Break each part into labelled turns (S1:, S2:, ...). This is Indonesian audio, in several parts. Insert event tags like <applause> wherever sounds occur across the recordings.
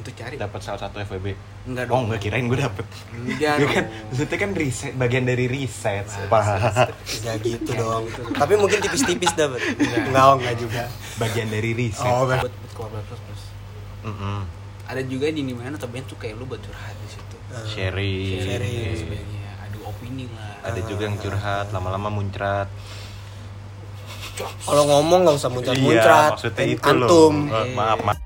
S1: Untuk cari.
S2: dapat salah satu FWB
S1: Enggak
S2: oh
S1: dong.
S2: nggak kirain gue dapet
S1: Enggak
S2: Gue kan
S1: dong.
S2: maksudnya kan riset bagian dari riset
S1: Enggak
S2: Pak.
S3: Gak gitu dong.
S1: gitu.
S3: Tapi mungkin tipis-tipis dapat.
S1: Enggak.
S3: Enggak, oh, enggak juga.
S2: bagian dari riset
S3: Oh,
S1: buat,
S3: bener.
S1: buat keluarga plus plus.
S2: Mm-mm.
S1: Ada juga di mana tuh band tuh kayak lu buat curhat di situ.
S3: Eh,
S2: sharing,
S3: Sharing.
S2: Iya.
S1: Terus sebenarnya adu opini lah.
S2: ada juga yang curhat lama-lama muncrat
S3: Kalau ngomong nggak usah
S2: Iya,
S3: muncrat-muncrat.
S2: maksudnya
S3: An-
S2: itu
S3: Antum.
S2: loh. Eh, maaf maaf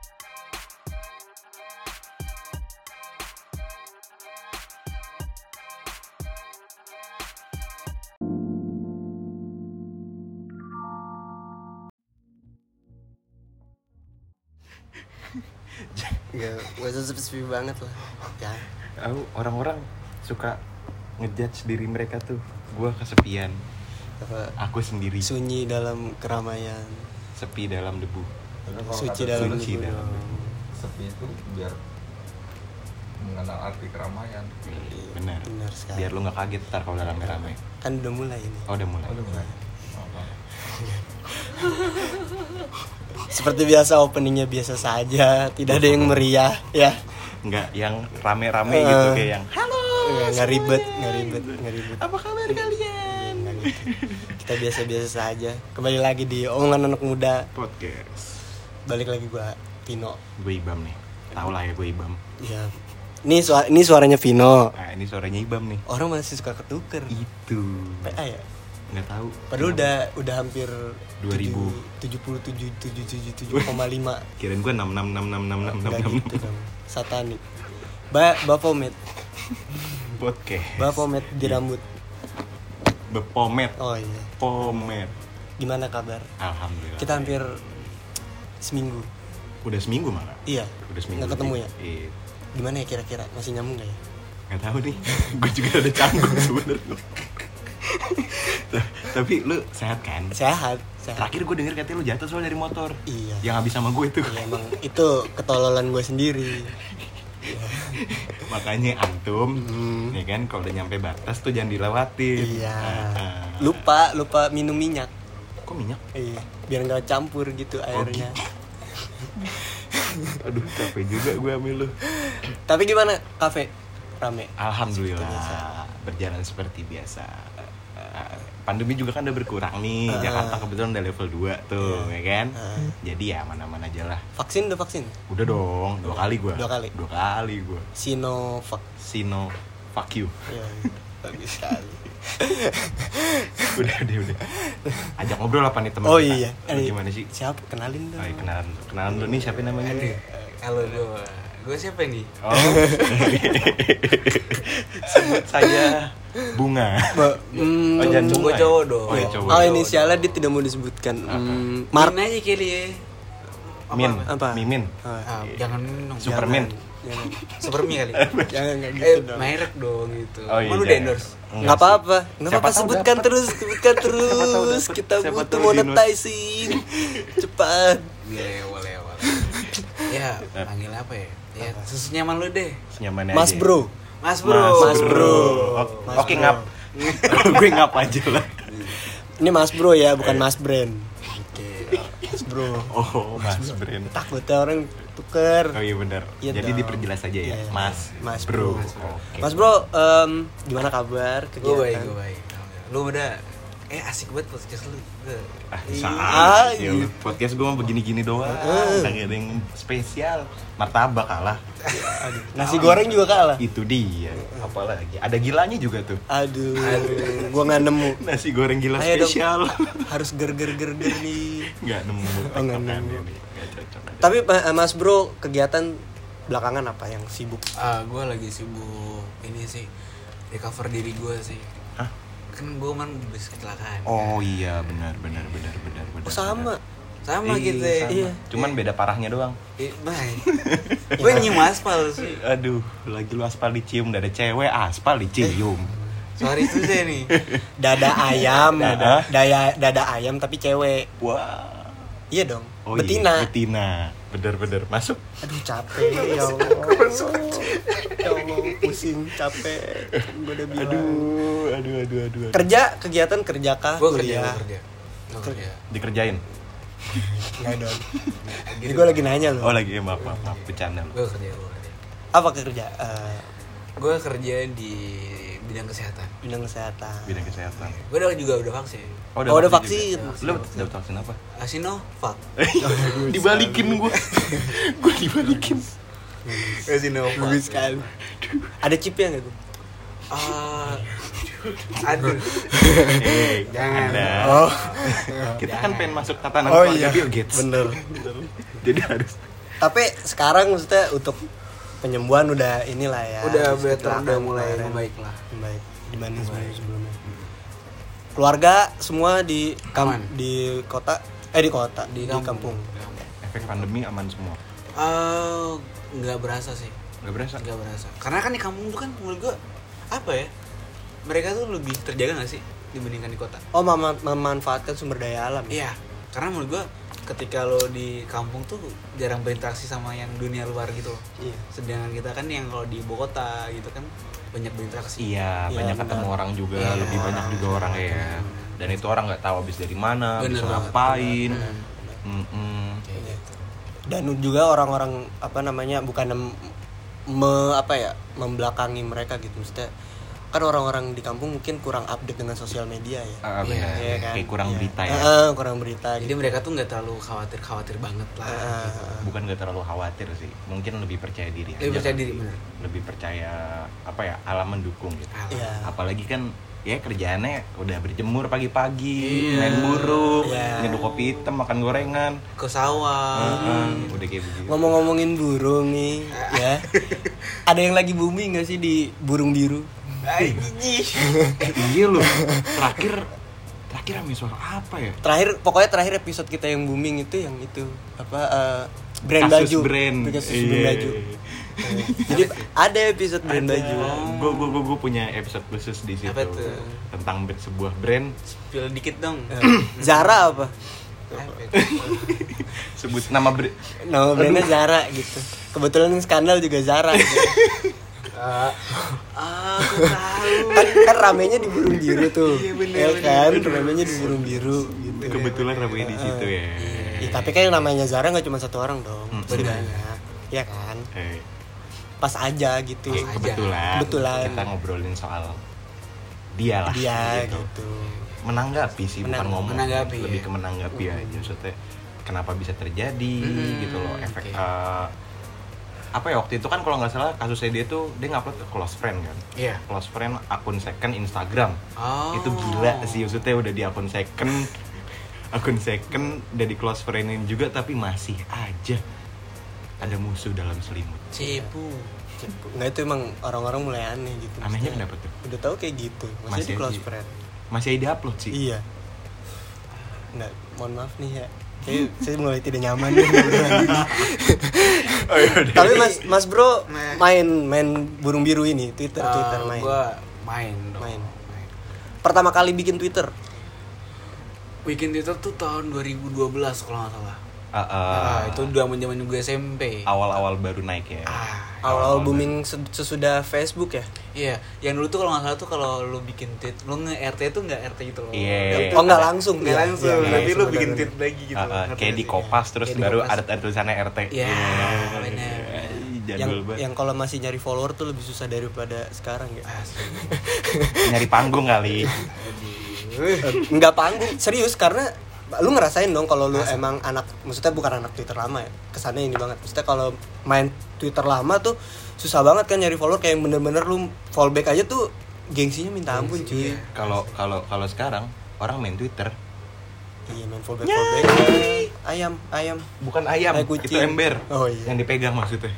S3: Enggak, nggak usah sepi banget lah. Ya.
S2: Aku orang-orang suka ngejudge diri mereka tuh Gue kesepian,
S3: Apa,
S2: aku sendiri
S3: sunyi dalam keramaian.
S2: Sepi dalam debu
S3: Suci
S4: kata
S3: Oh, dalam
S2: suci
S3: hidup.
S2: dalam
S4: sepi itu biar mengenal arti keramaian
S2: Bener
S3: Benar sekali.
S2: Biar lu gak kaget ntar kalau udah rame-rame
S3: Kan udah mulai ini.
S2: Oh udah mulai
S4: aduh enggak apa
S3: Seperti biasa openingnya biasa saja, tidak ada yang meriah ya.
S2: Enggak, yang rame-rame gitu
S3: Eh.
S2: kayak yang Halo,
S3: Nggak, nggak ribet, nggak ribet, nggak ribet.
S2: apa kabar kalian?
S3: Nggak gitu. Kita biasa-biasa saja. Kembali lagi di omongan anak muda.
S2: Podcast
S3: Balik lagi gua Pino.
S2: Gue Ibam nih Tau lah ya gue Ibam
S3: Ya. Ini suara ini suaranya Vino. Iya.
S2: Nah ini suaranya Ibam nih
S3: Orang masih suka ketuker.
S2: Itu
S3: PA ya.
S2: Gak tahu
S3: Padahal udah udah hampir
S2: 2000.
S3: 77 77,5.
S2: Kirain gue 6666666
S3: Enggak gitu dong. Satanik. Ba Bapomet,
S2: Podcast
S3: Bapomet di rambut.
S2: Bepomet
S3: Oh iya.
S2: Pomet
S3: Gimana kabar?
S2: Alhamdulillah
S3: Kita hampir seminggu.
S2: Udah seminggu malah
S3: Iya.
S2: Udah seminggu
S3: Nggak ketemu ya?
S2: Iya
S3: Gimana ya kira-kira? Masih nyambung gak ya?
S2: Gak tau nih <laughs> Gue juga ada canggung sebenernya <laughs> Ta- Tapi lu sehat kan?
S3: Sehat, sehat.
S2: Terakhir gue denger katanya lu jatuh soal dari motor
S3: Iya.
S2: Yang habis sama gue tuh
S3: Iya, emang itu ketololan gue sendiri.
S2: Makanya antum
S3: Hmm.
S2: Ya kan kalau udah nyampe batas tuh jangan dilewatin
S3: Iya.
S2: Ah, ah.
S3: Lupa, lupa minum minyak.
S2: Kok minyak?
S3: Iya, biar nggak campur gitu airnya.
S2: Aduh capek juga gue ambil lu
S3: Tapi gimana kafe? Rame.
S2: Ah. Alhamdulillah berjalan seperti biasa. Eh, Pandemi juga kan udah berkurang nih.
S3: Ah.
S2: Jakarta kebetulan udah level 2 tuh, ya kan?
S3: Ah.
S2: Jadi ya mana-mana aja lah.
S3: Vaksin udah vaksin?
S2: Udah dong, dua kali gua.
S3: Dua kali?
S2: Dua kali gua.
S3: Sinovac.
S2: Sino fuck you. <laughs>
S3: Iya, bagus sekali.
S2: Udah, udah, udah. Ajak ngobrol apa nih teman
S3: Oh
S2: kita?
S3: iya.
S2: Lu
S3: Eh,
S2: gimana sih?
S3: Siapa? Kenalin dong.
S2: Oh, iya, kenalan, kenalan dulu nih siapa namanya nih?
S1: Kalau gua, gua siapa nih?
S2: Oh. Sebut saja bunga.
S3: Ba- hmm,
S2: Oh, jangan
S1: Gua
S2: bunga. ya?
S1: cowok dong.
S2: Oh, iya,
S1: Iya.
S2: cowok.
S3: Oh, inisialnya dia tidak mau disebutkan. Hmm, Mark.
S1: Min aja kali ya. Apa-
S2: Min.
S1: apa?
S3: Apa?
S2: Mimin.
S3: Oh,
S1: Ah, jangan Min dong.
S2: Super. Superman.
S3: Jangan,
S1: Supermi kali.
S3: jangan, jangan nggak gitu
S1: eh,
S3: dong.
S1: merek dong gitu.
S2: Oh, iya,
S1: Emang lu udah
S2: jangan.
S1: endorse.
S2: Enggak
S3: Nggak
S2: sih.
S3: apa-apa, nggak
S2: Siapa
S3: apa-apa
S2: tahu
S3: sebutkan
S2: dapet.
S3: terus,
S2: <laughs>
S3: sebutkan terus.
S2: dapet.
S3: Kita
S2: Siapa
S3: butuh
S2: tahu dinos.
S3: monetizing. Cepat.
S1: Gile, wale, wale. <laughs> ya, panggil apa ya? Ya, sesenyaman lu deh.
S2: Senyamannya
S3: Mas
S2: aja.
S3: Bro.
S1: Mas Bro.
S3: Mas Bro.
S2: Oke,
S3: Mas
S2: Oke
S3: Bro.
S2: ngap. <laughs> gue ngap aja lah.
S3: Ini Mas Bro ya, bukan Mas Brand.
S1: Oke.
S2: Iya,
S3: Mas Bro.
S2: Oh, Mas Bren.
S3: Takutnya orang tuker.
S2: Oh iya benar.
S3: Iya
S2: Jadi
S3: dong.
S2: diperjelas aja ya.
S3: Iya.
S2: Mas.
S3: Mas
S2: Bro.
S3: Bro.
S2: Oke.
S3: Mas Bro, em, gimana kabar?
S1: Gue baik,
S2: kan?
S3: Kegiatan?
S1: gue baik. Alhamdulillah. Lu udah eh asik banget podcast lu. Gua-
S2: Ah,
S3: Ah,
S2: saat. Ya,
S3: iya.
S2: podcast gue begini-gini doang. Kagak ada yang spesial. Martabak kalah.
S3: Aduh, nasi goreng juga kalah.
S2: Itu dia. Apalagi ada gilanya juga tuh.
S3: Aduh, gua nggak nemu.
S2: Nasi goreng gila
S3: Ayo dong. <laughs>
S2: spesial.
S3: Harus ger ger ger ger nih.
S2: Nggak nemu.
S3: Oh, nggak
S2: cocokannya
S3: nemu.
S2: nih. Nggak cocok.
S3: Tapi Ma- Mas Bro, kegiatan belakangan apa yang sibuk?
S1: Ah, gue lagi sibuk ini sih recover diri gue sih.
S2: Hah?
S1: Kan gue man habis kecelakaan. kan?
S2: Oh iya benar benar benar benar benar.
S3: Oh, sama.
S2: benar.
S1: Sama
S2: Iya,
S1: gitu ya.
S2: sama.
S3: Iya.
S2: Cuman beda parahnya doang.
S1: Eh, bye. gue nyium aspal sih.
S2: Aduh, lagi lu aspal dicium dari cewek aspal dicium.
S3: Eh.
S1: Sorry susah
S2: <laughs>
S1: nih.
S3: Dada ayam,
S2: Dada.
S3: daya dada ayam tapi cewek.
S2: Wah.
S3: Iya dong.
S2: Oh iya,
S3: betina.
S2: betina. Bener-bener masuk.
S3: Aduh capek ya Allah. Ya Allah pusing capek. Gue udah bilang.
S2: Aduh, aduh, aduh, aduh. aduh.
S3: Kerja kegiatan kerja kah?
S2: Iya.
S1: Gue kerja,
S3: kuliah?
S1: gua kerja. Gua kerja.
S2: Dikerjain.
S3: Enggak <laughs> dong. Jadi gue lagi nanya
S2: Oh
S3: loh.
S2: lagi ya, maaf maaf, maaf. bercanda. Lu.
S1: gue kerja gue kerja
S3: Apa kerja? Eh,
S1: gue kerja di bidang kesehatan
S3: bidang kesehatan.
S1: <laughs>
S2: Bidang kesehatan.
S1: gue udah juga udah vaksin
S3: Oh, udah
S2: juga.
S1: vaksin.
S2: Lu udah vaksin apa?
S1: Sinovac
S2: dibalikin <laughs> gue gue dibalikin
S1: Sinovac
S3: Bagus sekali. kan? Ada chipnya nggak gue?
S1: Ah, aduh
S2: Eh,
S1: Jangan.
S2: Anda.
S3: Oh,
S2: kita kan pengen masuk tatanan
S3: oh
S2: keluarga
S3: iya.
S2: Bill Gates
S3: Bener.
S2: <laughs> jadi harus
S3: Tapi sekarang maksudnya untuk penyembuhan udah inilah ya.
S1: udah
S3: bisa
S1: better udah
S3: dilakukan
S1: mulai
S3: kemarin.
S1: membaik lah
S3: Baik dibanding sebelum sebelumnya. Keluarga semua di kam
S1: Aman.
S3: di kota eh di kota
S1: di
S3: di, kampung.
S1: kampung,
S2: efek pandemi aman semua
S1: Eh, nggak berasa sih
S2: nggak berasa
S1: nggak berasa karena kan di kampung tuh kan menurut gue apa ya mereka tuh lebih terjaga nggak sih dibandingkan di kota
S3: Oh mama memanfaatkan sumber daya alam. ya?
S1: iya karena menurut gue ketika lo di kampung tuh jarang berinteraksi sama yang dunia luar gitu loh
S3: Iya.
S1: sedangkan kita kan yang kalau di ibu kota gitu kan banyak berinteraksi
S2: iya
S3: Iya,
S2: banyak
S3: benar.
S2: ketemu orang juga
S1: Iya.
S2: lebih banyak juga orang ya dan itu orang nggak tahu habis dari mana
S1: Bener
S2: bisa
S1: banget,
S2: ngapain
S1: bener,
S2: Mm-mm.
S1: kayak gitu
S3: Iya. Dan juga orang-orang apa namanya bukan mem- me- apa ya membelakangi mereka gitu maksudnya kan orang-orang di kampung mungkin kurang update dengan sosial media ya.
S2: Ah, benar.
S3: Iya kan?
S2: kayak kurang
S3: Iya.
S2: berita ya
S3: Heeh, kurang berita. gitu.
S1: jadi mereka tuh nggak terlalu khawatir khawatir banget lah
S3: Heeh.
S1: gitu.
S2: bukan nggak terlalu khawatir sih mungkin lebih percaya diri
S1: Lebih
S2: aja
S1: percaya
S2: kali.
S1: diri, bener.
S2: lebih percaya apa ya alam mendukung gitu
S1: Alah.
S3: Iya.
S2: apalagi kan ya kerjaannya udah berjemur
S1: Iya.
S2: pagi-pagi main burung
S3: Iya.
S2: nyeduh kopi hitam makan gorengan
S1: ke sawah
S2: Heeh, udah kayak begitu
S3: Ngomong-ngomongin burung nih,
S2: <laughs>
S3: ya. Ada yang lagi booming gak sih di burung biru?
S1: Ay, jijik.
S2: eh, iya loh terakhir terakhir ambil soal apa ya
S3: Terakhir, pokoknya terakhir episode kita yang booming itu yang itu apa eh, brand
S2: Kasus
S3: baju,
S2: brand.
S3: Kasus
S2: Iya.
S3: brand
S2: <laughs>
S3: baju. Eh, Jadi ada episode brand baju.
S2: gue gue gue punya episode khusus di situ
S1: Apa tuh?
S2: tentang be- sebuah brand
S1: spill dikit dong
S3: Eh,
S2: Iya.
S3: Zara apa?
S1: Apa itu?
S2: sebut nama brand
S3: Nama brandnya Zara gitu. Kebetulan yang skandal juga Zara.
S2: <laughs>
S3: gitu.
S1: Ah, aku tahu.
S3: kan, kan ramenya di burung biru tuh,
S1: Iya, bener,
S3: ya kan?
S1: bener.
S3: Ramenya di burung biru gitu.
S2: kebetulan ramai di situ ya
S3: Ih, tapi kan yang namanya Zara nggak cuma satu orang dong,
S2: Hmm.
S3: sebenarnya, ya kan?
S2: Eh,
S3: Pas aja gitu,
S2: ya, kebetulan,
S3: Kebetulan.
S2: kita ngobrolin soal dia lah
S3: dia
S2: gitu.
S3: gitu.
S2: menanggapi sih bukan
S3: Menang-
S2: ngomong
S1: menanggapi,
S2: lebih
S1: ya.
S2: ke menanggapi aja maksudnya kenapa bisa terjadi
S1: Hmm,
S2: gitu loh
S1: oke.
S2: efek eh, apa ya waktu itu kan kalau nggak salah kasusnya dia tuh dia ngupload ke close friend kan
S1: Iya.
S2: close friend akun second Instagram
S1: Oh.
S2: itu gila sih maksudnya udah di akun second
S1: <laughs>
S2: akun second udah di close friendin juga tapi masih aja ada musuh dalam selimut
S1: Cepu.
S3: Nggak itu emang orang-orang mulai aneh gitu.
S2: anehnya
S3: Maksudnya,
S2: kenapa tuh
S3: Udah tahu kayak gitu, masih,
S2: Masih
S3: di close
S2: aja.
S3: friend.
S2: masih ada upload sih <laughs>
S3: Iya. Nggak, mohon maaf nih ya. Kayak saya mulai tidak nyaman nih. ngobrol.
S2: Oh, iya, udah.
S3: Tapi Mas Mas Bro
S1: Nah.
S3: main main burung biru ini Twitter
S1: Eh,
S3: Twitter main.
S1: Gua main dong.
S3: Main. Pertama kali bikin Twitter.
S1: Weekend itu tuh tahun 2012 kalau nggak salah.
S2: Ah, ah.
S1: Ah, itu udah zaman gue SMP.
S2: awal-awal baru naik ya
S1: Ah,
S3: Awal booming se- sesudah Facebook ya?
S1: iya. Yang dulu tuh kalau nggak salah tuh kalau lu bikin tweet, lu nge RT tuh nggak RT gitu loh.
S2: Iya.
S1: Yang
S3: Oh, nggak
S1: ada-
S3: langsung,
S1: Nggak
S3: iya.
S1: langsung.
S3: Iya,
S1: Nanti
S3: langsung,
S1: lu bikin
S3: benar-benar.
S1: tweet lagi gitu.
S2: Ah,
S1: loh.
S2: ah,
S1: Ngerti
S2: kayak
S1: nggak
S2: di
S1: sih?
S2: kopas terus
S1: Kayak di
S2: baru
S1: kopas.
S2: ada, ada tulisannya RT.
S1: Iya,
S2: Yeah.
S1: bener.
S2: Ih, Jadul
S3: yang
S2: banget.
S3: yang kalau masih nyari follower tuh lebih susah daripada sekarang ya.
S1: Asli.
S2: Nyari panggung kali.
S3: Nggak panggung, serius karena lu ngerasain dong kalau lu emang anak maksudnya bukan anak Twitter lama ya. Kesannya ini banget. Maksudnya kalau main Twitter lama tuh susah banget kan nyari follower kayak yang bener-bener lu follow back aja tuh gengsinya minta ampun cuy.
S1: Iya.
S2: Kalau kalau kalau sekarang orang main Twitter
S3: Iya main follow back follow back. Ayam, ayam.
S2: bukan ayam,
S3: Kayak kucing.
S2: itu ember
S3: Oh, iya.
S2: yang dipegang maksudnya.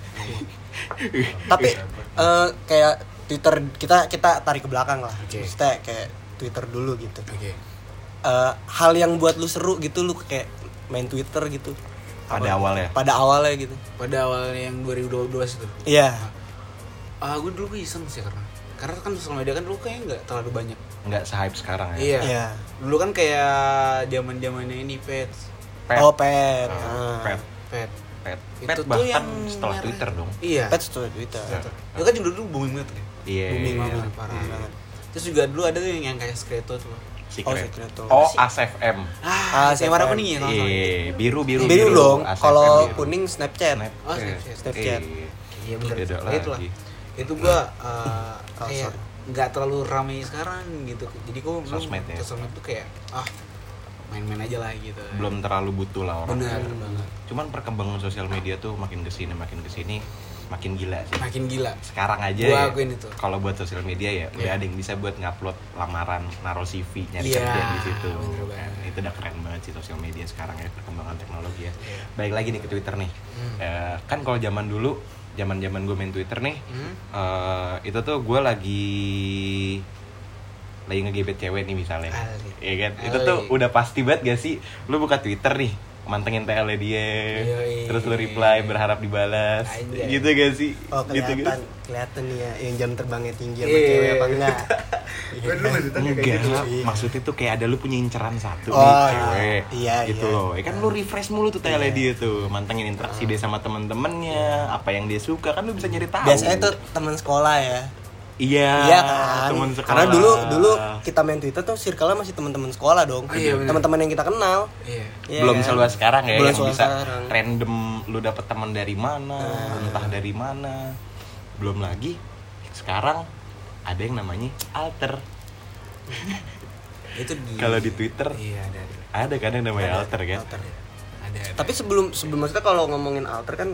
S3: Tapi
S2: Iya.
S3: eh, kayak Twitter kita kita tarik ke belakang lah.
S1: Oke.
S3: Maksudnya kayak Twitter dulu gitu.
S1: Oke.
S3: Eh, hal yang buat lu seru gitu lu kayak main Twitter gitu.
S2: Pada
S3: Apa?
S2: awalnya.
S3: Pada awalnya gitu.
S1: Pada awal yang 2012 itu.
S3: Iya.
S1: Ah, gue dulu gue iseng sih karena karena kan sosial media kan dulu kayaknya nggak terlalu banyak.
S2: nggak se-hype sekarang ya.
S1: Iya.
S3: Iya.
S1: Dulu kan kayak zaman zamannya ini pet,
S2: Pet.
S3: Oh, pet.
S2: Ah,
S3: Ah.
S2: pet.
S1: pet.
S2: Pet.
S1: Itu
S2: Pet
S1: tuh
S2: bahkan
S1: yang
S2: setelah
S1: merah.
S2: Twitter dong.
S1: Iya. Ya
S3: Pet tuh Twitter.
S1: Itu kan dulu dulu booming banget kan.
S2: Iya.
S1: Booming banget parah.
S3: banget.
S1: Terus juga dulu ada tuh yang, yang kayak skreto tuh.
S3: Oh,
S2: secret.
S3: secret tuh.
S2: Oh, ASFM.
S1: Ah,
S3: Ah,
S1: saya warna
S3: Seven.
S1: kuning ya kalau nggak salah ya?
S2: Iya, biru biru
S3: biru, dong.
S2: ASFM
S3: Kalau
S2: biru.
S3: kuning Snapchat.
S2: Snapchat.
S1: Oh, Snapchat.
S3: Snapchat.
S2: Iya.
S1: Iya bener.
S2: Beda
S1: Kayak itulah.
S2: lagi. Hmm.
S1: Itu gua eh,
S3: Oh,
S1: kayak
S3: sorry.
S1: nggak terlalu ramai sekarang gitu. Jadi gua belum-
S2: Sosmed ya?
S1: ke sosmed tuh kayak ah main-main aja lah gitu.
S2: Belum terlalu butuh lah orang. ya.
S1: benar banget.
S2: Cuman perkembangan sosial media tuh makin kesini makin kesini makin gila sih.
S1: Makin gila.
S2: Sekarang aja
S1: Gua
S2: ya,
S1: akuin itu.
S2: kalau buat sosial media ya udah
S1: Iya.
S2: ada yang bisa buat ngupload lamaran, naruh CV, nyari
S1: Iya,
S2: kerja di situ.
S1: bener
S2: Kan,
S1: banget.
S2: Itu udah keren banget sih sosial media sekarang ya perkembangan teknologi ya.
S1: Iya.
S2: Baik lagi nih ke Twitter nih.
S1: Hmm.
S2: Eh, kan kalau zaman dulu, zaman-zaman gue main Twitter nih,
S1: Hmm.
S2: eh, itu tuh gue lagi lagi ngegebet cewek nih misalnya.
S3: Ah,
S1: Ali.
S2: Iya kan? Itu
S1: Ali.
S2: tuh udah pasti banget gak sih? Lu buka Twitter nih, mantengin TL dia,
S1: Yoi.
S2: terus lu reply berharap dibalas.
S1: Anjay.
S2: Gitu gak sih?
S3: Oh,
S2: gitu
S3: kelihatan,
S2: gak?
S3: kelihatan nih ya yang jam terbangnya tinggi sama
S1: Iya.
S3: cewek apa enggak. Iya
S4: Gue dulu
S3: kan?
S4: maksudnya kayak
S2: Enggak,
S4: gitu.
S2: maksudnya tuh kayak ada lu punya inceran satu
S3: Oh,
S2: nih
S3: iya.
S2: cewek
S3: Iya,
S2: gitu
S3: iya.
S2: loh. Ya kan lu refresh mulu tuh tele dia tuh, mantengin interaksi
S3: Ah.
S2: dia sama temen-temennya, apa yang dia suka kan lu bisa nyari tahu.
S3: Iya. Biasanya tuh teman sekolah ya.
S2: Iya,
S3: Iya kan.
S2: temen sekolah.
S3: Karena dulu dulu kita main Twitter tuh circle-nya masih teman-teman sekolah dong.
S1: Oh, iya, bener.
S3: teman-teman yang kita kenal.
S1: Iya.
S3: Iya
S2: belum
S3: kan?
S2: seluas sekarang ya
S3: Belum
S2: yang
S3: seluas
S2: bisa
S3: sekarang. Nah.
S2: random lu dapet teman dari mana, entah dari mana. Belum lagi sekarang ada yang namanya alter.
S1: Itu di
S2: Kalau di Twitter
S1: Iya, ada. ada.
S2: ada kan yang namanya alter kan?
S3: Alter.
S1: Ada. ada.
S3: Tapi sebelum sebelum maksudnya kalau ngomongin alter kan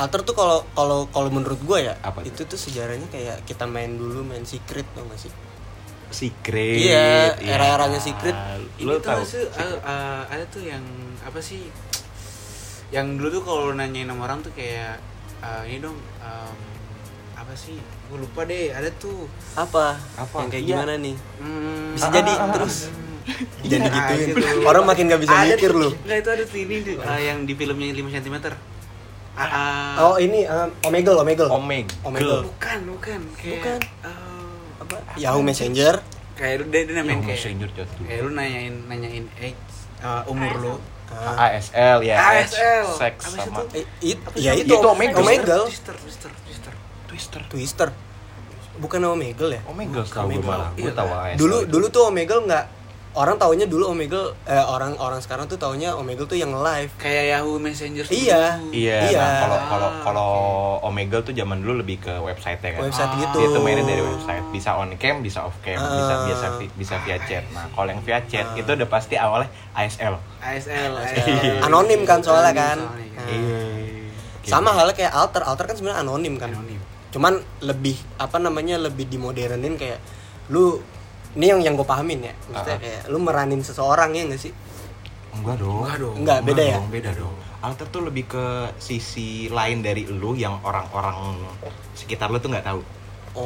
S3: alter tuh kalau kalau kalau menurut gua ya
S2: Apa tuh?
S3: itu tuh sejarahnya kayak kita main dulu main secret tau gak sih?
S2: Secret.
S3: Iya,
S2: ya.
S3: era-eranya Secret.
S1: Ini
S2: Lu
S1: tuh
S2: tahu?
S1: se- uh, uh, ada tuh yang apa sih? Yang dulu tuh kalau nanyain sama orang tuh kayak uh, ini dong um, apa sih? Gue lupa deh. Ada tuh.
S3: Apa?
S2: Apa?
S3: Yang kayak
S2: Iya.
S3: gimana nih?
S1: Hmm,
S3: Bisa
S1: ah,
S3: jadi,
S1: ah, ah, <laughs>
S3: terus.
S1: ah.
S3: Jadi
S1: Iya,
S3: gituin.
S1: itu.
S3: Orang makin gak bisa
S1: Ada
S3: mikir
S1: tuh-
S3: lu.
S1: Nggak, itu ada tuh ini tuh, uh, yang di filmnya 5 cm. Ah, ah.
S3: Oh ini um, Omegle, Omegle.
S2: Omeg.
S3: Omegle.
S1: bukan, bukan. Kayak,
S3: Bukan.
S1: uh,
S3: Apa?
S2: Ah,
S3: Yahoo Messenger.
S1: kayak lu dia, dia namain
S2: Yahoo
S1: kayak
S2: Messenger jatuh.
S1: kayak lu nanyain nanyain age uh, umur lu
S3: Ah.
S2: ASL ya.
S1: ASL.
S2: Seks
S1: Abis
S2: sama
S1: itu-
S3: Eh, it,
S1: Apa sih
S3: ya
S1: namanya?
S3: itu,
S2: Itu
S3: Omegle.
S1: Twister,
S3: Omegle.
S1: Twister, Twister, Twister.
S2: Twister.
S3: Twister. Bukan Omegle ya?
S2: Omegle tahu gue
S3: Omegle.
S2: malah. Gue
S1: Iya.
S2: tahu ASL.
S3: dulu
S2: itu.
S3: dulu tuh Omegle nggak orang taunya dulu Omegle eh, orang orang sekarang tuh taunya Omegle tuh yang live.
S1: Kayak Yahoo Messenger.
S3: Iya.
S1: dulu.
S2: Iya,
S3: Iya. Ah,
S2: nah kalau kalau kalau Omegle tuh zaman dulu lebih ke website ya kan.
S3: Website
S1: Ah.
S3: gitu.
S2: Dia tuh mainnya dari website, bisa on cam, bisa off cam, bisa
S3: Ah.
S2: biasa bisa via chat. Nah, kalau yang via chat itu udah pasti awalnya ASL.
S1: ASL,
S3: Iya. Anonim kan soalnya kan.
S1: Anonim Iya, soalnya.
S3: Ah.
S2: Gitu.
S3: Sama halnya kayak alter, alter kan sebenarnya anonim kan.
S1: Anonim.
S3: Cuman lebih apa namanya lebih dimodernin kayak lu ini yang yang gue pahamin ya.
S2: Ah.
S3: Maksudnya kayak lu meranin seseorang ya nggak sih?
S2: Enggak dong.
S1: Enggak dong.
S3: Enggak, beda ya?
S2: dong, beda dong. Alter tuh lebih ke sisi lain dari lu yang orang-orang sekitar lu tuh nggak tahu.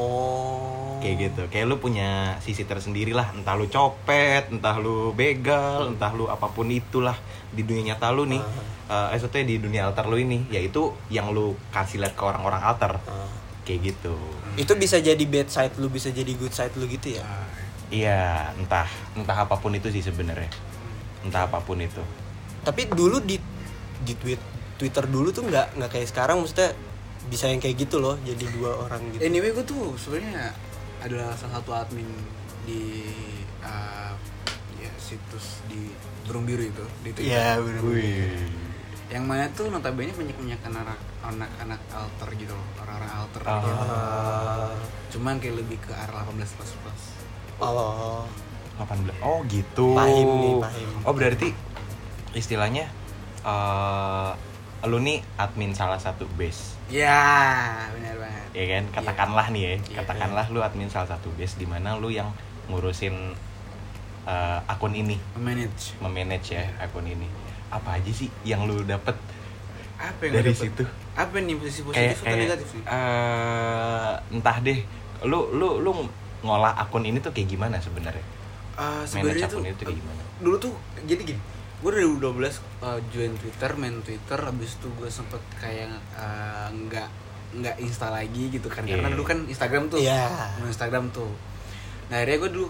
S3: Oh.
S2: Kayak gitu. Kayak lu punya sisi tersendiri lah, entah lu copet, entah lu begal, entah lu apapun itulah di dunia nyata lu nih.
S3: Ah.
S2: Eh, eh, maksudnya di dunia alter lu ini, yaitu yang lu kasih lihat ke orang-orang alter.
S3: Ah.
S2: Kayak gitu.
S3: Itu bisa jadi bad side lu, bisa jadi good side lu gitu ya.
S1: Ah.
S2: Iya, entah entah apapun itu sih sebenarnya. Entah apapun itu.
S3: tapi dulu di di tweet Twitter dulu tuh nggak nggak kayak sekarang maksudnya bisa yang kayak gitu loh jadi dua orang gitu
S1: Anyway, gue tuh sebenarnya adalah salah satu admin di uh, ya, situs di burung biru itu di Twitter.
S3: Iya bener
S1: Yang mana tuh notabene banyak banyak anak anak-anak alter gitu loh, orang-orang alter.
S2: Ah.
S1: gitu. Cuman kayak lebih ke arah 18 plus plus.
S3: oh
S2: 18. Oh, gitu.
S3: Pahim nih, pahim.
S2: Oh, berarti istilahnya eh lu nih admin salah satu base.
S1: Ya, benar banget.
S2: ya kan katakanlah nih ya
S1: Iya.
S2: katakanlah lu admin salah satu base di mana lu yang ngurusin eh, akun ini
S1: Manage.
S2: memanage ya akun ini apa aja sih yang lu dapet
S1: Apa yang gua
S2: Dari
S1: dapet?
S2: situ.
S1: Apa nih posisi
S2: kayak
S1: positif atau
S2: kayak
S1: negatif nih?
S2: eh, entah deh lu lu lu ngolah akun ini tuh kayak gimana sebenarnya
S1: Ah,
S2: manage
S1: sebenarnya tuh
S2: akun itu kayak gimana
S1: dulu tuh jadi gini gue dari 2012 uh, join Twitter main Twitter habis itu gue sempet kayak uh, nggak nggak insta lagi gitu kan karena
S2: Iya.
S1: dulu kan Instagram tuh
S3: Iya.
S1: main Instagram tuh nah akhirnya gue dulu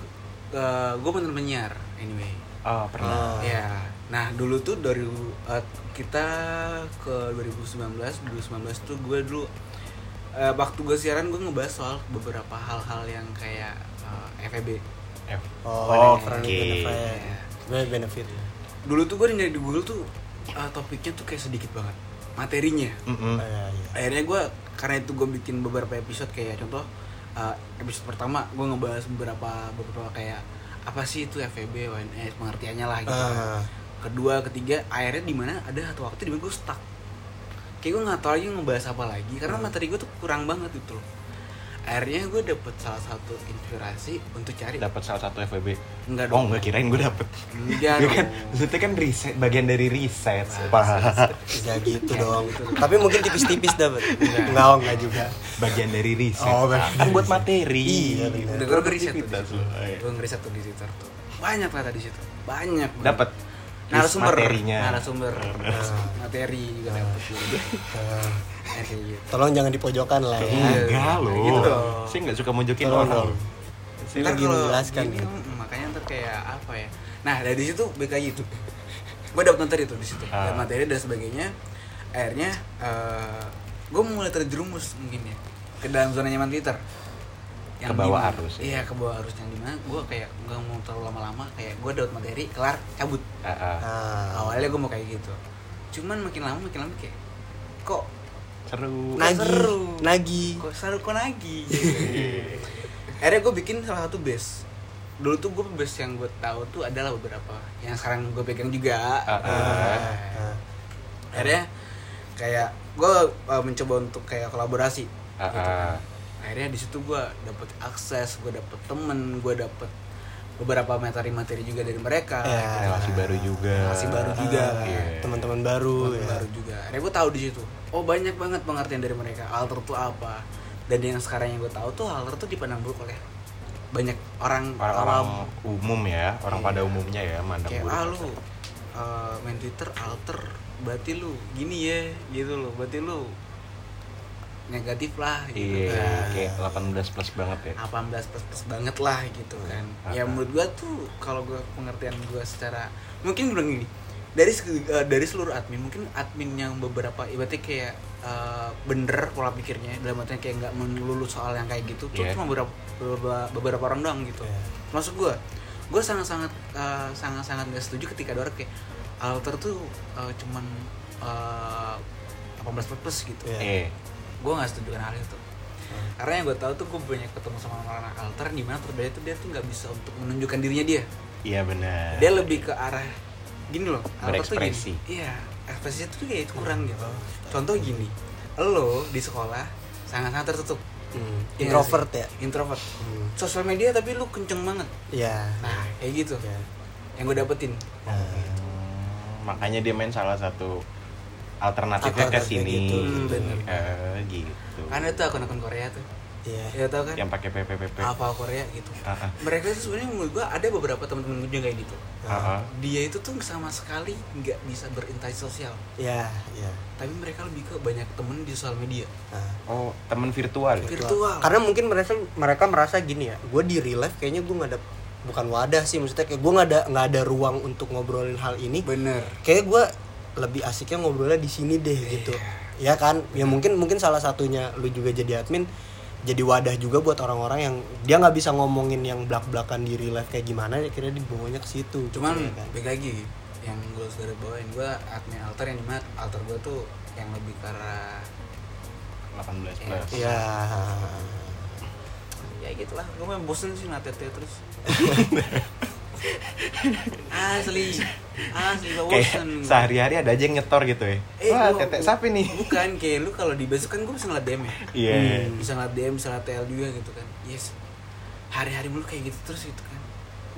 S1: uh, gue bener penyiar anyway
S2: oh pernah
S3: Ah.
S1: ya nah dulu tuh dari uh, kita ke 2019 2019 tuh gue dulu eh, uh, waktu gue siaran gue ngebahas soal beberapa hal-hal yang kayak uh, FEB F.
S3: Oh,
S2: Eh, Oke.
S3: friend benefit. Be- benefit.
S1: Dulu tuh gue nyari di Google tuh eh, topiknya tuh kayak sedikit banget materinya.
S2: Mm-mm.
S3: Oh, iya, iya.
S1: Akhirnya gue karena itu gue bikin beberapa episode kayak contoh eh, episode pertama gue ngebahas beberapa beberapa kayak apa sih itu E FEB, WNS, pengertiannya lah gitu.
S3: Ah,
S1: kedua ketiga akhirnya di mana ada satu waktu di mana gue stuck kayak gue nggak tahu lagi ngebahas apa lagi karena
S2: Ah.
S1: materi gue tuh kurang banget gitu loh akhirnya gue dapet salah satu inspirasi untuk cari
S2: dapat salah satu FWB
S1: enggak dong
S2: oh nggak kirain gue dapet
S1: enggak
S2: <laughs> Gue
S1: dong
S2: kan maksudnya kan riset bagian dari riset pak
S3: ya gitu dong. Tapi mungkin tipis-tipis dapat. Enggak, oh, enggak juga.
S2: bagian dari riset
S3: Oh,
S2: Pak.
S3: bagian
S2: kan buat materi Gitu. Kan
S3: Iya, benar.
S1: udah gue ngeriset tuh
S2: Produktivitas lo, iya.
S1: gue ngeriset tuh di Twitter tuh banyak ternyata di situ banyak banget.
S2: dapat
S1: narasumber
S2: materinya
S1: narasumber materi juga
S2: <laughs>
S1: dapet juga
S3: Eh,
S1: Kayak gitu
S3: tolong jangan di pojokan lah ya.
S2: enggak loh
S1: Gitu dong.
S2: saya nggak suka mojokin
S3: Tolong
S2: orang
S3: dong.
S2: Saya
S1: Ntar
S3: lagi
S1: kalau
S3: menjelaskan
S1: gini,
S3: gitu.
S1: mm, makanya ntar kayak apa ya nah dari situ BKI itu <laughs> gue dapet materi tuh di situ
S2: Ah.
S1: dan materi dan sebagainya akhirnya gue mulai terjerumus mungkin ya ke dalam zona nyaman Twitter
S2: Ke bawah
S1: dimana-
S2: arus ya.
S1: iya ke bawah arus yang dimana gue kayak gak mau terlalu lama-lama kayak gue dapet materi kelar cabut
S2: Ah, ah.
S3: Ah,
S1: awalnya gue mau kayak gitu cuman makin lama makin lama kayak kok
S2: seru
S1: Nah,
S3: nagi,
S1: seru.
S3: nagi.
S1: kok seru kok lagi <laughs> akhirnya gue bikin salah satu base dulu tuh gue base yang gue tahu tuh adalah beberapa yang sekarang gue pegang juga
S2: Ah, ah.
S3: Ah,
S1: akhirnya kayak gue mencoba untuk kayak kolaborasi
S2: Ah,
S1: gitu.
S2: ah.
S1: akhirnya di situ gue dapet akses gue dapet temen gue dapet beberapa materi-materi juga dari mereka
S3: Ya.
S2: Iya, relasi baru juga
S1: Relasi baru juga.
S2: Iya.
S3: Ah, Teman-teman baru
S1: Teman
S3: ya.
S1: baru juga. Akhirnya gue tahu di situ. Oh banyak banget pengertian dari mereka. Alter tuh apa? Dan yang sekarang yang gue tahu tuh alter tuh dipandang buruk oleh banyak orang
S2: orang-orang umum ya orang
S1: Iya.
S2: pada umumnya ya mandang
S1: kayak
S2: buruk.
S1: ah lu uh, main Twitter alter berarti lu gini ya gitu loh. Berarti lu negatif lah gitu kan.
S2: iya kayak 18 plus banget ya
S1: 18 plus plus banget lah gitu kan. Ya
S2: Ah.
S1: menurut gue tuh kalau gue pengertian gue secara mungkin bilang gini dari se- eh, dari seluruh admin mungkin admin yang beberapa ibaratnya kayak eh, bener pola pikirnya dalam artian kayak nggak melulu soal yang kayak gitu tuh
S2: Iya.
S1: cuma beberapa, beberapa beberapa orang doang gitu.
S3: Iya.
S1: Maksud gue gue sangat sangat sangat sangat eh, nggak setuju ketika ada orang kayak alter tuh eh, cuman eh, 18 plus plus gitu
S2: eh
S3: Iya.
S1: gue nggak setuju dengan hal itu karena yang gue tahu tuh gue banyak ketemu sama orang-orang alter di mana terbedaannya tuh dia tuh nggak bisa untuk menunjukkan dirinya dia
S2: iya benar
S1: dia lebih ke arah gini loh alter tuh
S2: Berekspresi.
S1: gini iya ekspresinya tuh kayak kurang gitu contoh gini lo di sekolah sangat-sangat tertutup Iya
S3: Hmm.
S1: nggak sih?
S3: Introvert ya.
S1: introvert
S3: Hmm.
S1: sosial media tapi lu kenceng banget
S3: Iya.
S1: nah Iya. kayak gitu
S3: Iya.
S1: yang gue dapetin
S3: Nah.
S2: Hmm, makanya dia main salah satu alternatifnya ke
S3: Alternatifnya
S2: sini
S3: gitu.
S1: Hmm, bener.
S2: Eh, gitu
S1: karena Kan itu akun-akun Korea tuh ya
S3: Iya.
S1: tau kan
S2: yang pakai PPPP
S1: apa Korea gitu
S2: Ah, ah.
S1: mereka tuh sebenarnya menurut gue ada beberapa teman-teman gue juga kayak gitu
S2: Ah, ah.
S1: dia itu tuh sama sekali nggak bisa berinteraksi sosial
S3: Iya, iya.
S1: tapi mereka lebih ke banyak temen di sosial media
S3: Nah.
S2: oh teman virtual ya?
S1: virtual
S3: Karena mungkin mereka mereka merasa gini ya, gue di real life kayaknya gue nggak ada bukan wadah sih maksudnya kayak gue nggak ada nggak ada ruang untuk ngobrolin hal ini.
S1: bener
S3: Kayak gue lebih asiknya ngobrolnya di sini deh gitu. Ya kan? Ya mungkin mungkin salah satunya lu juga jadi admin jadi wadah juga buat orang-orang yang dia nggak bisa ngomongin yang belak-belakan di real life kayak gimana ya kira dibawanya ke situ. gitu
S1: cuman
S3: ya kan?
S1: baik lagi yang gue sudah bawain gue admin alter yang dimana alter gue tuh yang lebih ke arah
S2: 18
S1: Iya,
S2: plus
S3: ya
S1: ya gitulah gue main bosen sih ngeliat tete terus asli asli gue
S2: <laughs> kayak
S1: bosen
S2: sehari-hari ada aja yang nyetor gitu ya
S1: Eh,
S2: wah
S1: gua-
S2: tetek sapi nih
S1: <laughs> bukan kayak lu kalau di besok kan gue bisa ngeliat DM ya
S2: iya
S1: Hmm. bisa ngeliat DM bisa ngeliat TL juga gitu kan yes hari-hari mulu kayak gitu terus gitu kan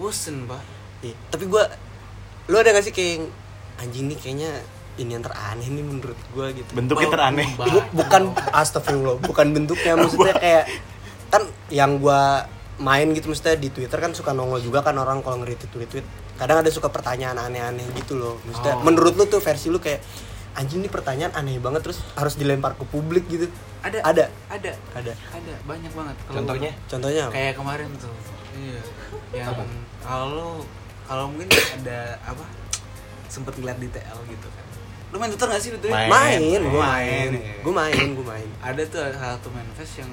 S1: bosen pak
S3: Iya, tapi gue lu ada gak sih kayak yang, anjing nih kayaknya ini yang teraneh nih menurut gue gitu
S2: bentuknya
S1: Bau-
S2: teraneh
S1: bau.
S3: Bu- bukan astagfirullah bukan bentuknya maksudnya kayak kan yang gua main gitu maksudnya di Twitter kan suka nongol juga kan orang kalau nge-retweet retweet kadang ada suka pertanyaan aneh-aneh gitu loh maksudnya
S1: Oh.
S3: menurut lu tuh versi lu kayak anjing nih pertanyaan aneh banget terus harus dilempar ke publik gitu
S1: ada
S3: Ada.
S1: ada
S3: ada
S1: ada banyak banget Kalau-
S2: contohnya
S3: contohnya apa?
S1: kayak kemarin tuh iya yang kalau kalau mungkin ada apa sempet ngeliat di TL gitu kan lu main Twitter gak sih lu
S2: Main.
S3: main, gua
S1: Main,
S3: main
S1: iya.
S3: gua main gua main
S1: ada tuh salah satu manifest yang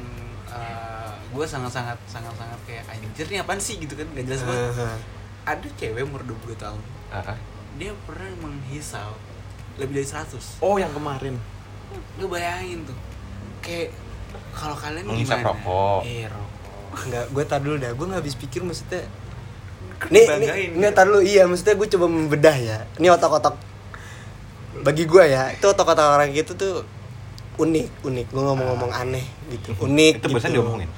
S1: gue sangat-sangat sangat-sangat kayak anjir nih apaan sih gitu kan gak jelas banget
S3: Eh.
S1: ada cewek umur 22 tahun
S2: Ah, ah.
S1: dia pernah menghisap lebih dari 100
S2: Oh yang kemarin.
S1: lu bayangin tuh kayak kalau kalian
S2: Menghisap
S1: gimana?
S2: rokok.
S1: iya rokok
S3: Enggak, gue tar dulu dah. Gue nggak habis pikir maksudnya. Nih,
S1: Dibanggain.
S3: nih, nggak tar dulu. Iya, maksudnya gue coba membedah ya. Ini otak-otak bagi gue ya. Itu otak-otak orang gitu tuh unik, unik. Gue ngomong-ngomong aneh
S2: <laughs>
S3: gitu. Unik.
S2: Ah. Itu bosan
S3: gitu.
S2: diomongin.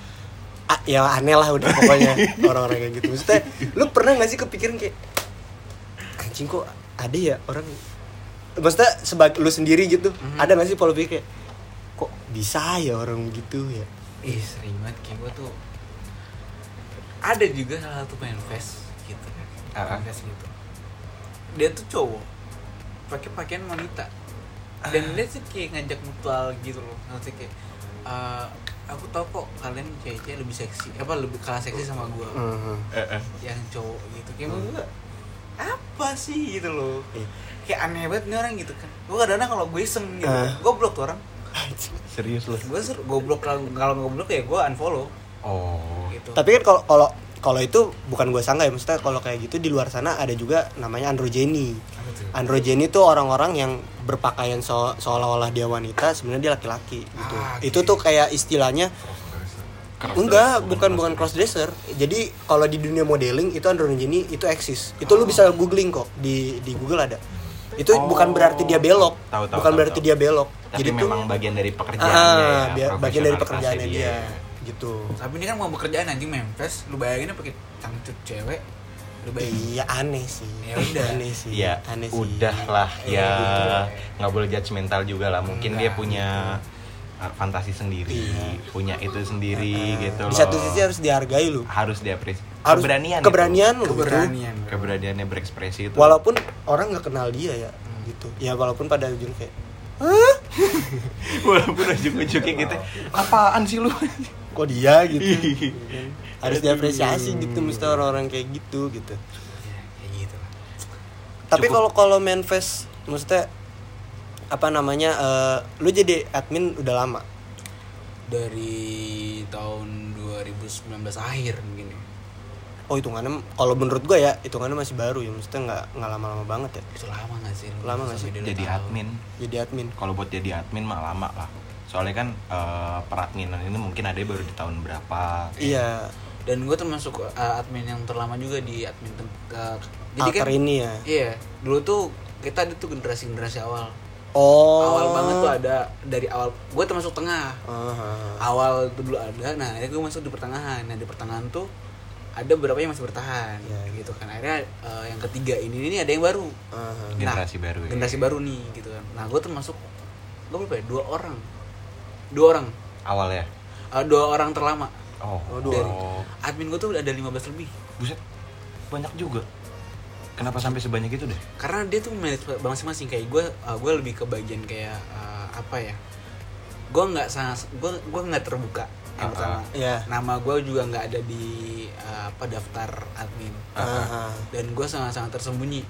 S3: Ah, ya aneh lah udah pokoknya <laughs> orang-orang kayak gitu. Maksudnya, lu pernah gak sih kepikiran kayak anjing kok ada ya orang maksudnya sebagai lu sendiri gitu
S2: Hmm.
S1: Mhm.
S3: ada gak sih pola pikir kayak kok bisa ya orang gitu ya
S1: ih sering banget kayak gue tuh ada juga salah satu fanfest gitu kan
S2: Ah.
S1: fanfest gitu dia tuh cowok pakai pakaian wanita dan
S3: Ah.
S1: dia sih kayak ngajak mutual gitu loh nanti kayak "Eh, aku tau kok kalian cewek-cewek lebih seksi apa lebih kalah seksi sama gue
S2: Hmm.
S3: Mhm.
S1: yang cowok gitu kayak
S3: Hmm.
S1: menurut gua, apa sih gitu loh
S3: Iya. <laughs>
S1: kayak aneh banget nih orang gitu kan gue kadang-kadang kalau gue iseng gitu
S3: Ah. Hmm.
S1: gue blok tuh orang
S2: Serius lu.
S1: gue sur gue blok kalau kalau gue blok ya gue unfollow
S2: Oh.
S1: gitu
S3: Tapi kan kalau kalau kalau itu bukan gue sangka ya maksudnya kalau kayak gitu di luar sana ada juga namanya androgeni.
S1: Apa tuh?
S3: Androgeni itu orang-orang yang berpakaian so- seolah-olah dia wanita sebenarnya dia laki-laki gitu.
S1: Ah, oke.
S3: Itu tuh kayak istilahnya enggak bukan bukan cross dresser. Jadi kalau di dunia modeling itu androgeni itu eksis. Itu lu bisa googling kok di di Google ada. Itu
S2: Oh.
S3: bukan berarti dia belok.
S2: Tahu, tahu,
S3: bukan
S2: tahu,
S3: berarti
S2: tahu.
S3: dia belok.
S2: Tapi
S3: Jadi
S2: memang bagian dari
S3: tuh
S2: pekerjaannya
S3: ah,
S2: ya.
S3: biar- bagian dari
S2: profesionalitasnya
S3: pekerjaannya dia. gitu.
S1: tapi ini kan mau pekerjaan anjing mempes lu bayangin pakai cangcut cewek lu bayangin
S3: Iya aneh sih.
S1: Ya udah.
S3: aneh sih.
S2: Iya,
S3: aneh sih.
S2: udahlah
S1: Iya,
S2: ya.
S1: gitu.
S2: Nggak boleh judgmental juga lah. Mungkin
S1: Nggak,
S2: dia punya uh, fantasi sendiri,
S3: gitu. Iya.
S2: punya itu
S1: iya
S2: sendiri
S3: Nah,
S2: gitu
S3: Di
S2: loh.
S3: satu sisi harus dihargai lu.
S2: harus diapresiasi.
S3: Harus
S2: keberanian. itu.
S3: Keberanian lu. gitu.
S1: keberanian bro.
S2: Keberaniannya berekspresi itu.
S3: Walaupun orang nggak kenal dia ya gitu. Ya walaupun pada ujung kayak Hah?
S2: <laughs> walaupun ujung-ujungnya gitu. Apaan sih lu?
S3: Kok dia gitu?
S1: Iya.
S3: harus diapresiasi gitu mesti
S1: Hmm.
S3: orang-orang kayak gitu gitu.
S1: <laughs> Iya, kayak gitu lah.
S3: Tapi kalau
S2: Cukup.
S3: kalau manifest maksudnya apa namanya eh, lu jadi admin udah lama.
S1: dari tahun 2019 akhir mungkin ya.
S3: Oh hitungannya kalau menurut gua ya hitungannya masih baru ya maksudnya nggak nggak lama-lama banget ya
S1: itu lama gak sih lu?
S3: Lama nggak sih?
S1: Sampai dia
S2: Jadi
S1: udah tahu.
S2: admin.
S3: jadi admin.
S2: Kalau buat jadi admin mah lama lah. Soalnya kan eh, peradminan ini mungkin ada baru di tahun berapa.
S3: Iya,
S1: dan gue termasuk uh, admin yang terlama juga di admin tem- ke- jadi kan
S3: alter ini ya.
S1: iya dulu tuh kita itu generasi generasi awal
S3: Oh.
S1: awal banget tuh ada dari awal gue termasuk tengah
S3: Aha.
S1: awal tuh dulu ada nah akhirnya gue masuk di pertengahan nah di pertengahan tuh ada beberapa yang masih bertahan
S3: Ya.
S1: gitu kan akhirnya uh, yang ketiga ini ini ada yang baru Nah,
S3: Aha.
S2: Generasi baru ya.
S1: generasi baru nih gitu kan nah gue termasuk gue berapa ya? dua orang dua orang
S2: Awal ya.
S1: Uh, dua orang terlama
S2: Oh.
S3: Oh, dua
S1: dari
S2: Oh.
S1: admin gue tuh ada 15 lebih
S2: Buset. Banyak juga. Kenapa sampai sebanyak itu deh?
S1: karena dia tuh manage masing-masing kayak gue gue lebih ke bagian kayak uh, apa ya gue nggak sangat gue gue nggak terbuka yang
S2: Ah,
S1: pertama
S3: Iya.
S1: nama gue juga nggak ada di uh, apa daftar admin uh-huh.
S3: Aha.
S1: dan gue sangat-sangat tersembunyi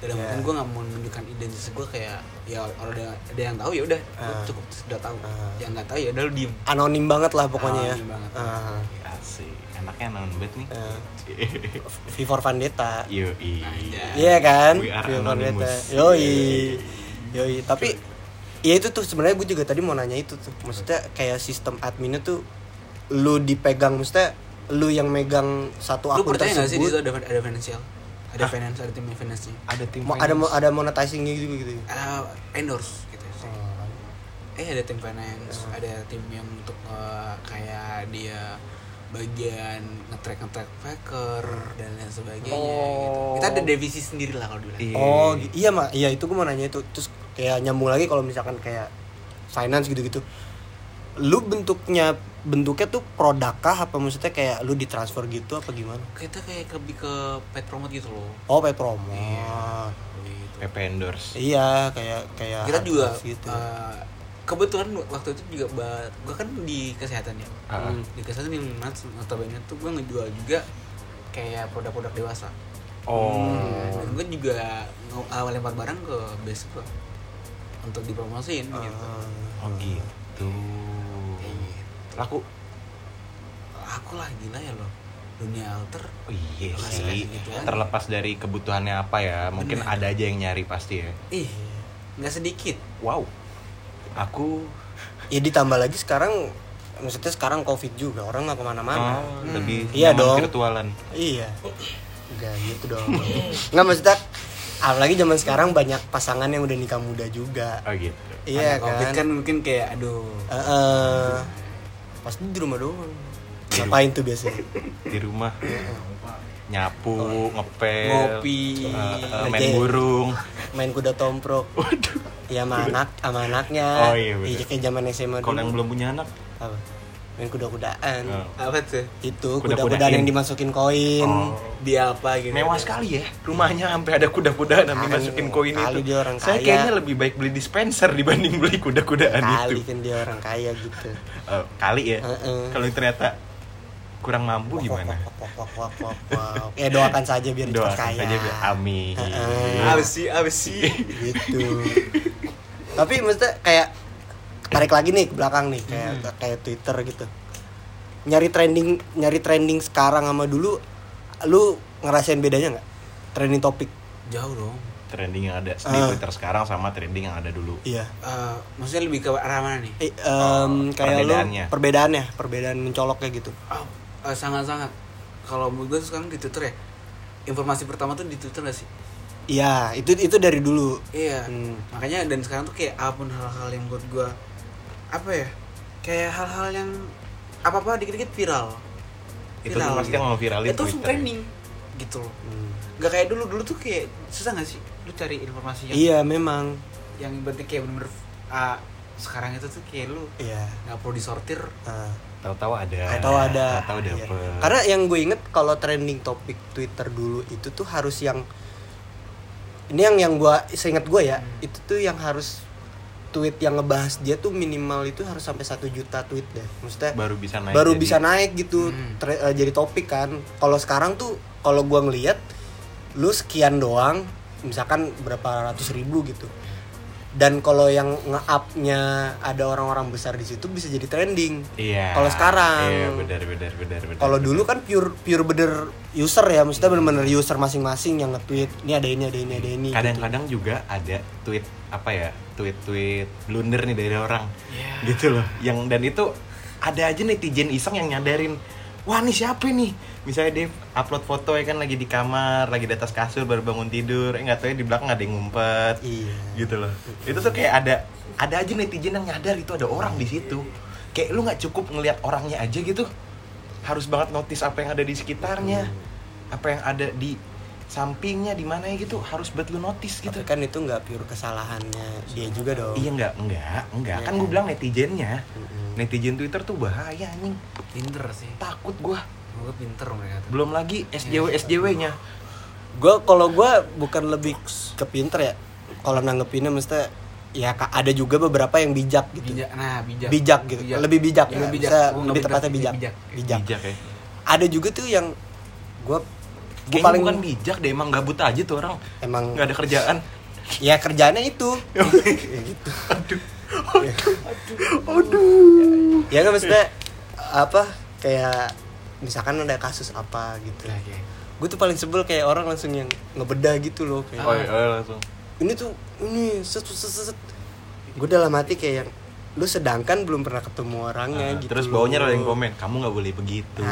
S1: dalam
S3: Iya.
S1: artian gue nggak mau menunjukkan identitas gue kayak ya orang ada, ada yang tahu ya udah gue
S3: Ah.
S1: cukup sudah tahu
S3: Ah.
S1: yang nggak tahu ya udah lu diem
S3: Anonim banget lah pokoknya ya.
S1: Anonim banget.
S3: Aha.
S2: Ya, Asik. Enaknya non bet nih.
S3: Eh, V for Vendetta.
S2: Yo
S3: Iya kan?
S2: We are
S3: V for
S2: anonymous.
S3: Vendetta. Yoi. Yoi, tapi ya itu tuh sebenarnya gue juga tadi mau nanya itu tuh. Maksudnya kayak sistem adminnya tuh lu dipegang maksudnya lu yang megang satu
S1: lu
S3: akun
S1: percaya nggak sih di situ
S3: tersebut. Ah.
S1: ada ada financial ada finance ada tim finance nya
S2: Ada tim
S3: Mau ada
S2: finance.
S3: mo- ada monetizing-nya gitu gitu.
S1: endorse gitu
S3: Ah.
S1: eh ada tim finance ada tim yang untuk eh, kayak dia bagian ngetrack ngetrack tracker dan lain sebagainya
S3: Oh.
S1: gitu. kita ada divisi sendiri lah kalau dibilang
S2: Iya.
S3: Oh gi- iya mak, iya itu gue mau nanya itu terus kayak nyambung lagi kalau misalkan kayak finance gitu-gitu. Lu bentuknya bentuknya tuh produk kah apa maksudnya kayak lu ditransfer gitu apa gimana?
S1: kita kayak lebih ke pet promote gitu loh
S3: Oh pay promo.
S1: Iya. gitu.
S2: PP endorse.
S3: Iya kayak kayak
S1: kita juga
S3: atas gitu.
S1: eh, kebetulan waktu itu juga ba- gua kan di kesehatan ya
S2: Ah.
S3: Hmm.
S1: di kesehatan yang mana notabene tuh gua ngejual juga kayak produk-produk dewasa
S2: Oh.
S1: dan gue juga ng- awal lempar barang ke base gue untuk dipromosin gitu
S3: Ah.
S2: Oh gitu.
S1: Kayak gitu.
S2: Laku.
S1: aku lah gila ya loh dunia alter
S2: Oh, iya
S1: Terlepas
S2: sih.
S1: dari kebutuhan.
S2: Terlepas dari kebutuhannya apa ya, mungkin
S1: Bener.
S2: ada aja yang nyari pasti ya.
S1: ih nggak sedikit
S2: Wow. Aku
S3: ya ditambah lagi sekarang maksudnya sekarang covid juga orang nggak
S2: ah,
S3: kemana-mana
S1: Oh.
S2: lebih
S3: Iya
S2: nyaman
S3: dong.
S2: virtualan.
S3: iya nggak gitu dong nggak maksudnya apalagi zaman sekarang banyak pasangan yang udah nikah muda juga
S2: Oh gitu.
S1: Anak
S3: iya
S1: covid
S3: kan,
S1: kan mungkin kayak aduh
S3: Eh, eh. pasti di rumah doang
S2: Di rumah.
S3: ngapain tuh biasanya
S2: Di rumah nyapu,
S3: Oh, iya.
S2: ngepel,
S1: ngopi
S2: eh, eh, main
S3: Ngerjain. <laughs>
S2: burung.
S3: main kuda tomprok
S2: Waduh.
S3: ya sama anak sama anaknya
S2: Oh, iya, bener.
S3: kayak zaman SMA
S2: Kalau yang
S3: dulu.
S2: belum punya anak,
S3: apa main kuda-kudaan
S2: Oh.
S1: apa tuh
S3: itu
S2: Kuda-kudaan.
S3: kuda-kudaan yang dimasukin koin
S2: Oh.
S1: dia apa gitu
S2: mewah sekali ya. Rumahnya sampai ada kuda-kudaan yang
S3: Kali-
S2: dimasukin koin
S3: kali
S2: itu.
S3: dia orang
S2: Saya
S3: kaya.
S2: kayaknya lebih baik beli dispenser dibanding beli kuda-kudaan
S3: kali
S2: itu.
S3: kan dia orang kaya gitu
S2: Eh, kali ya.
S3: Heeh.
S2: Kalau ternyata kurang mampu Oh, gimana?
S3: Wok, wok, wok, wok, wok. ya doakan saja biar
S2: Doakan
S3: cepat kaya
S2: saja biar amin.
S3: Heeh.
S1: apa sih apa sih
S3: gitu tapi maksudnya kayak tarik lagi nih ke belakang nih kayak kayak Twitter gitu nyari trending nyari trending sekarang sama dulu lu ngerasain bedanya nggak trending topik
S1: jauh dong
S2: Trending yang ada di
S3: Eh.
S2: Twitter sekarang sama trending yang ada dulu.
S3: iya
S1: Eh, maksudnya lebih ke arah mana nih
S3: Eh, em, kayak
S2: perbedaannya.
S3: lu perbedaannya perbedaan mencoloknya gitu
S1: Oh, eh, sangat-sangat. Kalau menurut gue sekarang di Twitter ya. Informasi pertama tuh di Twitter gak sih?
S3: iya itu itu dari dulu
S1: Iya.
S3: Hmm.
S1: Makanya dan sekarang tuh kayak apapun hal-hal yang buat gue apa ya? Kayak hal-hal yang apa-apa dikit-dikit viral. gitu.
S2: Itu tuh pasti yang ngeviralin
S1: Itu langsung
S2: Twitter.
S1: trending gitu loh.
S3: Hmm.
S1: Gak kayak dulu dulu tuh kayak susah gak sih lu cari informasi yang
S3: iya memang
S1: yang berarti kayak bener-bener ah, sekarang itu tuh kayak lu
S3: iya
S1: nggak perlu disortir
S3: Ah.
S2: Tahu-tahu ada.
S3: atau ada
S2: Tahu
S3: Iya.
S2: dapet.
S3: karena yang gue inget kalau trending topik Twitter dulu itu tuh harus yang ini yang yang gue seingat gue ya
S2: Hmm.
S3: itu tuh yang harus tweet yang ngebahas dia tuh minimal itu harus sampai satu juta tweet deh maksudnya
S2: baru bisa naik.
S3: baru
S2: jadi-
S3: bisa naik gitu
S1: Hmm.
S3: tre- eh, jadi topik kan kalau sekarang tuh kalau gua ngelihat lu sekian doang misalkan berapa ratus ribu gitu dan kalau yang nge-up-nya ada orang-orang besar di situ bisa jadi trending
S2: Iya.
S3: Kalau sekarang.
S2: Iya, benar benar benar benar.
S3: kalau dulu kan pure pure bener user ya
S2: Hmm.
S3: maksudnya bener-bener user masing-masing yang nge-tweet ini ada ini ada ini ada ini gitu.
S2: kadang-kadang juga ada tweet apa ya tweet-tweet blunder nih dari orang gitu loh yang dan itu ada aja netizen iseng yang nyadarin wah nih siapa nih misalnya dia upload foto ya kan lagi di kamar lagi di atas kasur baru bangun tidur eh nggak tahu ya di belakang ada yang ngumpet
S3: Iya.
S2: gitu loh itu tuh kayak ada ada aja netizen yang nyadar itu ada orang di situ kayak lu nggak cukup ngelihat orangnya aja gitu harus banget notice apa yang ada di sekitarnya apa yang ada di sampingnya di mana ya gitu harus buat lu notice gitu
S3: Tapi kan itu nggak pure kesalahannya dia juga dong
S2: Iya enggak, enggak, enggak. Kan
S3: Iya.
S2: gue bilang netizennya.
S3: Mm-mm.
S2: Netizen Twitter tuh bahaya anjing.
S1: pinter sih.
S2: Takut gua.
S1: Gue pinter mereka tuh.
S2: Belum lagi SJW SJW-nya.
S3: gue kalau gue bukan lebih ke pinter ya kalau nanggepinnya mesti ya ka- ada juga beberapa yang bijak gitu
S1: Bijak,
S3: bijak,
S1: nah bijak.
S3: gitu lebih
S1: Lebih bijak.
S3: bijak ya. Maksudnya
S1: Gua
S3: lebih
S1: nggak
S3: tepatnya
S1: bijak,
S3: bijak.
S1: bijak.
S3: bijak
S2: Bijak ya.
S3: ada juga tuh yang gue gue
S2: Kayaknya
S3: paling
S2: bukan bijak deh, emang gabut aja tuh orang.
S3: emang
S2: Enggak ada kerjaan.
S3: ya kerjaannya itu ya gitu aduh ya kan maksudnya apa kayak misalkan ada kasus apa gitu
S1: Oke.
S3: gue tuh paling sebel kayak orang langsung yang ngebedah gitu loh kayak
S2: Oh, iya, oh, iya, langsung.
S3: ini tuh ini set set set gue dalam hati kayak yang, lu sedangkan belum pernah ketemu orangnya
S2: Nah,
S3: gitu
S2: terus
S3: loh.
S2: bawahnya ada yang komen, "Kamu nggak boleh begitu."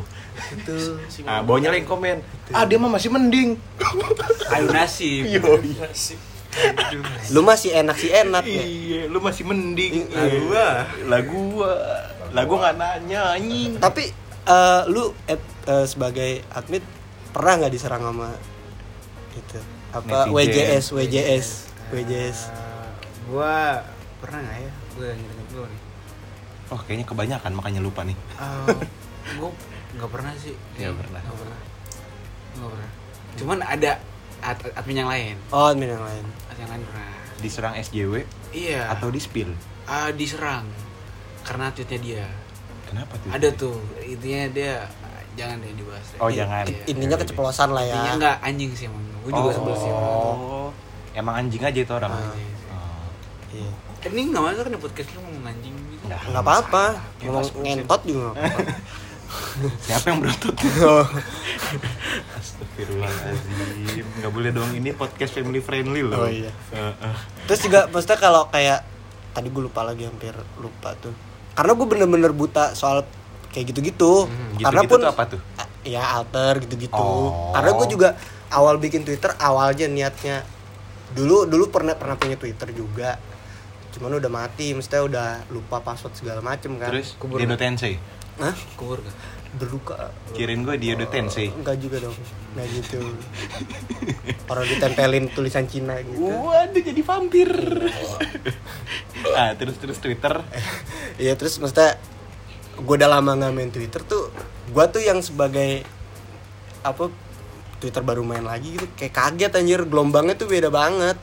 S2: <laughs>
S3: itu
S2: Nah, bawahnya ada yang komen, "Ah, dia mah masih mending."
S1: <laughs> Ayo nasib. Aduh.
S3: lu masih enak sih enak ya
S2: Iya, lu masih mending.
S3: Iya.
S2: Gua, lah gua, lah gua nggak nanya anjing.
S3: tapi eh, lu eh, eh, sebagai admin pernah nggak diserang sama itu apa
S2: Netizen.
S3: WJS WJS WJS
S1: Eh, gua pernah nggak ya? Gua inget-inget dulu nih.
S2: Oh, kayaknya kebanyakan makanya lupa nih.
S1: Eh, <laughs> gua nggak pernah sih.
S2: Nggak pernah.
S1: Nggak pernah. Nggak pernah. Cuman ada ad- admin yang lain.
S3: oh admin yang lain
S1: Admin yang lain pernah.
S2: Diserang SJW
S1: Iya.
S2: atau di spill
S1: eh, diserang karena tweetnya dia.
S2: kenapa tuh
S1: Ada tuh intinya dia eh, jangan deh dibahas. deh.
S2: Oh, jangan.
S1: Iya.
S3: intinya keceplosan lah ya
S1: Intinya nggak anjing sih emang. Gua juga sebel sih. emang.
S2: oh emang anjing aja itu orang
S3: Ah.
S2: Oh.
S3: Iya.
S1: Eh, Ini kan nggak masuk nih podcast lu ngomong anjing gitu.
S2: Nggak.
S3: nggak apa-apa
S1: Bebas
S3: ngomong
S1: ngomong.
S3: ngentot juga nggak apa-apa
S2: Siapa yang berotot?
S3: Oh.
S2: Astagfirullahaladzim Gak boleh dong, ini podcast family friendly loh Eh,
S3: Oh, iya.
S2: Heeh.
S3: Terus juga maksudnya kalau kayak tadi gue lupa lagi hampir lupa tuh. Karena gue bener-bener buta soal kayak gitu-gitu.
S2: Hmm,
S3: Karena
S2: gitu-gitu
S3: pun
S2: tuh apa tuh?
S3: Ya alter gitu-gitu.
S2: Oh.
S3: Karena gue juga awal bikin Twitter awalnya niatnya dulu dulu pernah pernah punya Twitter juga. Cuman udah mati, maksudnya udah lupa password segala macem
S1: Nah,
S3: kan.
S2: Terus,
S1: Kubur.
S2: Dino Tensei
S3: Hah?
S1: kubur gak?
S3: Berluka.
S2: Kirain gue Diodo Tensei
S3: Enggak juga dong. Nah gitu. Orang ditempelin tulisan Cina gitu.
S2: Waduh jadi vampir <laughs> Ah terus terus Twitter
S1: Eh.
S3: Iya terus maksudnya gue udah lama nggak main Twitter tuh gue tuh yang sebagai apa Twitter baru main lagi gitu kayak kaget anjir gelombangnya tuh beda banget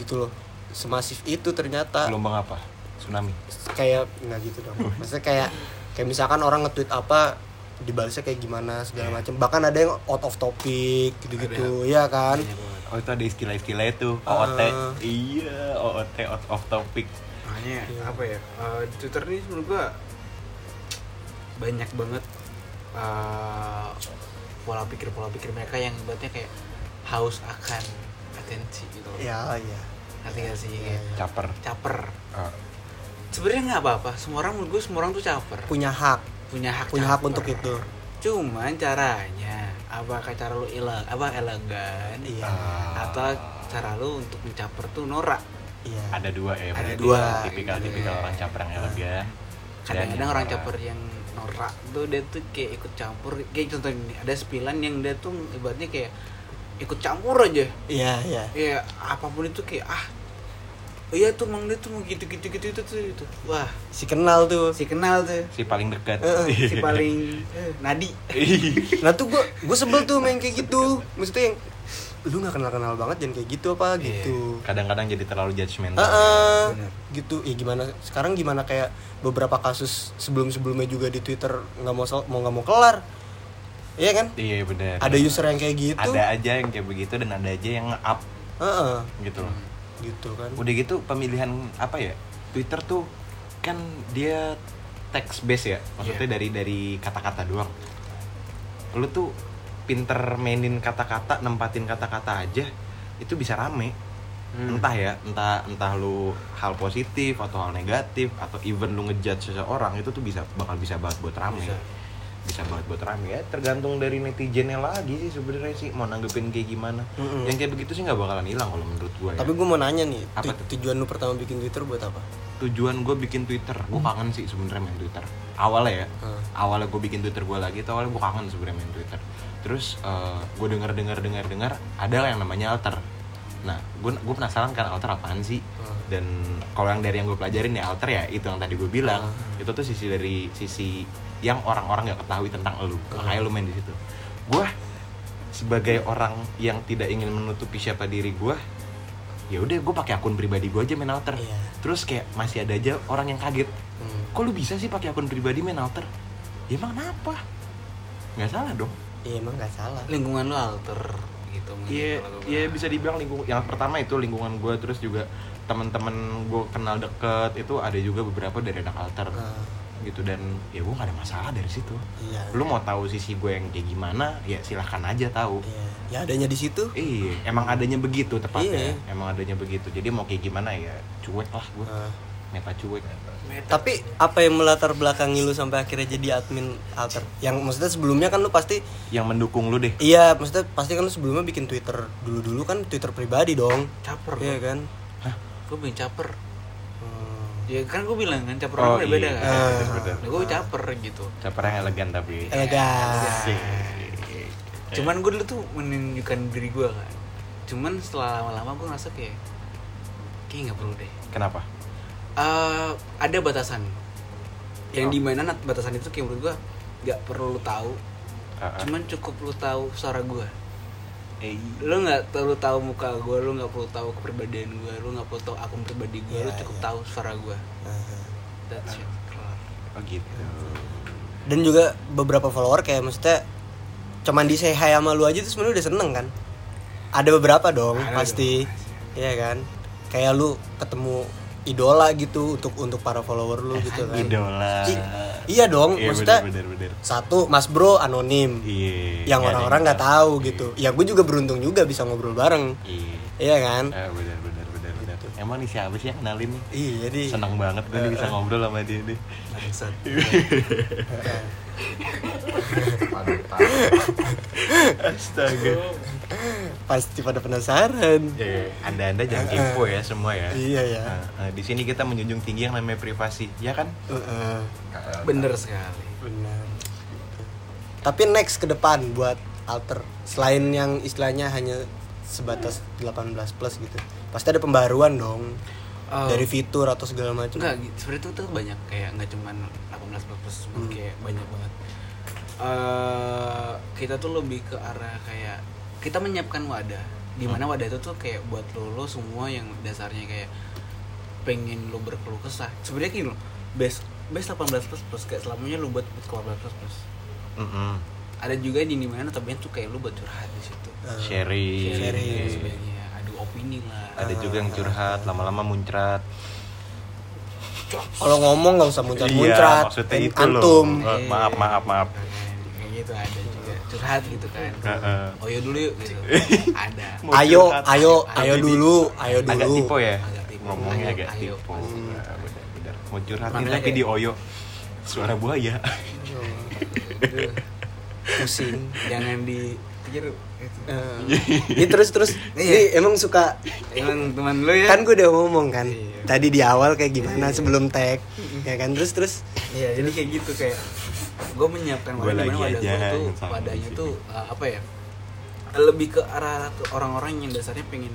S3: gitu loh semasif itu ternyata
S2: Gelombang apa? Tsunami
S3: kayak nggak gitu dong maksudnya kayak kayak misalkan orang nge-tweet apa dibalasnya kayak gimana segala macam bahkan ada yang out of topic gitu-gitu ya
S1: Iya,
S3: kan
S2: Oh itu ada istilah-istilah itu
S1: Eh.
S2: OOT
S3: Ah.
S2: Iya OOT out of topic
S1: Makanya apa ya? eh, Twitter ini menurut gua banyak banget eh, pola pikir pola pikir mereka yang ibaratnya kayak haus akan atensi gitu.
S3: ya ya
S1: Ngerti gak sih?
S3: iya.
S1: Kayak
S2: Caper
S1: Caper.
S4: Ah,
S1: Sebenarnya nggak apa-apa. Semua orang menurut gua semua orang tuh caper.
S3: punya hak
S1: Punya hak.
S3: punya hak
S1: caper.
S3: untuk itu
S1: Cuman caranya apakah cara lu ele- apa elegan?
S3: iya
S2: Ah.
S1: Atau cara lu untuk mencaper tuh norak.
S3: iya
S2: Ada dua ya
S1: Ada
S2: berarti.
S1: dua.
S2: Tipikal-tipikal
S1: Iya.
S2: orang caper yang elegan
S1: kadang-kadang
S2: yang
S1: orang
S2: parah.
S1: caper yang norak tuh dia tuh kayak ikut campur kayak contoh ini ada sepilan yang dia tuh ibaratnya kayak ikut campur aja
S3: iya iya
S1: ya apapun itu kayak ah oh iya tuh mang dia tuh mau gitu gitu gitu itu tuh itu wah
S3: si kenal tuh
S1: si kenal tuh
S2: Si paling dekat
S1: Eh, si
S2: <laughs>
S1: paling eh, nadi
S3: nah tuh gue gue sebel tuh main kayak gitu maksudnya yang lu nggak kenal kenal banget jangan kayak gitu apa
S2: Iya.
S3: gitu
S2: Kadang-kadang jadi terlalu judgmental
S3: Ah, ah.
S1: Bener.
S3: gitu ya gimana sekarang gimana kayak beberapa kasus sebelum sebelumnya juga di twitter nggak mau sel- mau nggak mau kelar iya kan
S2: Iya benar.
S3: ada user yang kayak gitu
S2: Ada aja yang kayak begitu dan ada aja yang up
S3: Ah, ah.
S2: gitu loh.
S3: gitu kan
S2: Udah gitu pemilihan apa ya? Twitter tuh kan dia text based ya. Maksudnya
S3: Iya.
S2: dari dari kata-kata doang. Lu tuh pinter mainin kata-kata, nempatin kata-kata aja itu bisa rame.
S1: Hmm.
S2: Entah ya, entah entah lu hal positif atau hal negatif atau even lu ngejudge seseorang itu tuh bisa bakal bisa banget buat rame.
S1: Bisa.
S2: bisa banget buat rame ya tergantung dari netizennya lagi sih sebenarnya sih mau nanggepin kayak gimana
S3: Mm-mm.
S2: yang kayak begitu sih nggak bakalan hilang kalau menurut gue ya.
S3: tapi gue mau nanya nih
S2: Apa
S3: tu- tujuan lu pertama bikin twitter buat apa
S2: tujuan gue bikin twitter gue kangen sih sebenarnya main twitter awalnya ya
S3: Hmm.
S2: awalnya gue bikin twitter gue lagi tuh awalnya gue kangen sebenarnya main twitter terus gue denger dengar dengar dengar ada yang namanya alter nah gue gue penasaran kan alter apaan sih dan kalau yang dari yang gue pelajarin ya alter ya itu yang tadi gue bilang itu tuh sisi dari sisi yang orang-orang nggak ketahui tentang elu makanya lu main di situ gue sebagai orang yang tidak ingin menutupi siapa diri gue ya udah gue pakai akun pribadi gue aja main alter
S3: Iya.
S2: terus kayak masih ada aja orang yang kaget
S3: Hmm,
S2: kok lu bisa sih pakai akun pribadi main alter ya emang kenapa nggak salah dong
S3: iya emang nggak salah
S1: lingkungan lu alter gitu mungkin
S2: Iya,
S1: kalau gua
S2: iya
S1: bilang.
S2: bisa dibilang lingkungan. Yang pertama itu lingkungan gue, terus juga teman-teman gue kenal deket itu ada juga beberapa dari anak alter
S3: Ah,
S2: gitu dan ya gue gak ada masalah dari situ.
S3: iya
S2: Lu mau tahu sisi gue yang kayak gimana? Ya silahkan aja tahu.
S3: Iya. ya adanya di situ
S2: Iya, emang adanya begitu tepatnya.
S3: Iya.
S2: Emang adanya begitu. Jadi mau kayak gimana ya cuek lah gue.
S3: Ah.
S2: Meta cuek.
S1: Meta.
S3: Tapi apa yang melatar belakangi lu sampai akhirnya jadi admin alter? Yang maksudnya sebelumnya kan lu pasti
S2: Yang mendukung lu deh.
S3: iya, maksudnya pasti kan lu sebelumnya bikin Twitter dulu-dulu kan Twitter pribadi dong.
S1: caper
S3: Iya
S1: gua
S3: kan?
S1: gue bilang caper
S3: Hmm.
S1: ya kan gue bilang kan caper
S2: Oh,
S1: orang beda
S2: iya.
S1: kan
S2: Ah.
S1: nah, gue caper gitu
S2: Caper yang elegan tapi.
S3: Iya Elegan.
S2: Asik. Iya.
S1: cuman gue dulu tuh menunjukkan diri gue kan cuman setelah lama-lama gue ngerasa kayak kayak nggak perlu deh
S2: Kenapa?
S1: Eh, ada batasan yang
S2: Oh.
S1: dimana nat- batasan itu kayak menurut gue nggak perlu lu tahu
S2: Ah, ah.
S1: cuman cukup lu tahu suara gue
S2: Eh,
S1: lu nggak perlu tahu muka gue lu nggak perlu tahu kepribadian gue lu nggak perlu tahu akun pribadi gue lu
S3: Iya,
S1: cukup
S3: iya.
S1: tahu suara gue
S3: Aha.
S1: that's it kelar.
S2: Oh gitu.
S3: Dan juga beberapa follower kayak maksudnya cuman di say hi sama lu aja tuh sebenarnya udah seneng kan? Ada beberapa dong
S1: Ada
S3: pasti. Iya kan? Kayak lu ketemu idola gitu untuk untuk para follower lu gitu kan.
S2: Idola.
S3: I- iya dong,
S2: Iya,
S3: maksudnya
S2: bener, bener, bener.
S3: satu Mas Bro anonim.
S2: Iya.
S3: Yang
S2: nggak ada
S3: orang-orang nggak
S2: tahu.
S3: tahu gitu. Ya gue juga beruntung juga bisa ngobrol bareng.
S2: Iya.
S3: Iya kan?
S2: Eh, bener bener bener bener. Emang nih siapa sih yang kenalin nih?
S3: Iya, Ah, jadi
S2: Senang banget gue nih bisa ngobrol sama dia nih.
S3: Bangsat.
S4: Ada tanya.
S2: <laughs> Astaga.
S3: <laughs> Pasti pada penasaran.
S2: Eh, Anda-anda jangan kepo ya semua ya.
S3: eh. Iya ya.
S2: Nah, eh, di sini kita menjunjung tinggi yang namanya privasi, ya kan?
S3: Heeh.
S4: Kayak-
S1: Bener sekali.
S3: Benar. Tapi next ke depan buat alter selain yang istilahnya hanya sebatas 18 plus gitu. Pasti ada pembaruan dong.
S1: Oh.
S3: Dari fitur atau segala macam.
S1: Enggak, gitu. sebenarnya itu tuh banyak kayak nggak cuman 18 plus cuman
S3: Hmm.
S1: kayak banyak banget. Eh, kita tuh lebih ke arah kayak kita menyiapkan wadah. Di
S2: Hmm.
S1: mana wadah itu tuh kayak buat lo, lo semua yang dasarnya kayak pengen lo berkeluh kesah. Sebenarnya gini lo, base base 18 plus plus kayak selamanya lo buat buat ke 18 plus plus.
S2: Mm-mm.
S1: Ada juga di mana tapi tuh kayak lo buat curhat di situ.
S3: Eh,
S2: Sharing.
S1: Sharing dan
S2: Iya.
S1: sebagainya, adu opini lah.
S2: Ada juga yang curhat, lama-lama muncrat.
S3: Kalau ngomong nggak usah
S2: Iya,
S3: muncrat-muncrat.
S2: maksudnya
S3: an-
S2: itu
S3: antum.
S2: loh. Eh, maaf, maaf, maaf.
S1: kayak gitu Iya. ada juga curhat gitu kan
S2: Heeh.
S1: oh iya dulu yuk
S2: <laughs>
S1: gitu ada
S2: Mau
S3: Ayo,
S2: curhat.
S3: ayo, ayo
S2: Tapi di-
S3: dulu, ayo dulu.
S2: Agak tipe ya.
S1: Agak tipe.
S2: Ngomongnya
S1: Ayo,
S2: agak
S1: ayo.
S2: tipe. Nah, Bener-bener. Mau curhat nih,
S1: Makanya
S2: tapi
S3: ya?
S1: kayak-
S2: dioyo. Suara buaya. <laughs>
S1: Aduh,
S3: Pusing.
S1: jangan gitu. dipikir itu.
S3: Eh, Ini terus terus. Ini emang suka
S1: emang teman lu ya
S3: kan gue udah ngomong kan
S1: Iya.
S3: tadi di awal kayak gimana sebelum tag ya kan terus terus
S1: iya jadi kayak gitu kayak gue menyiapkan
S2: Gua
S1: wadah dimana
S2: lagi
S1: wadah
S2: aja
S1: gue tuh
S2: yang sama
S1: wadahnya
S2: di sini.
S1: tuh uh, apa ya lebih ke arah ke orang-orang yang dasarnya pengen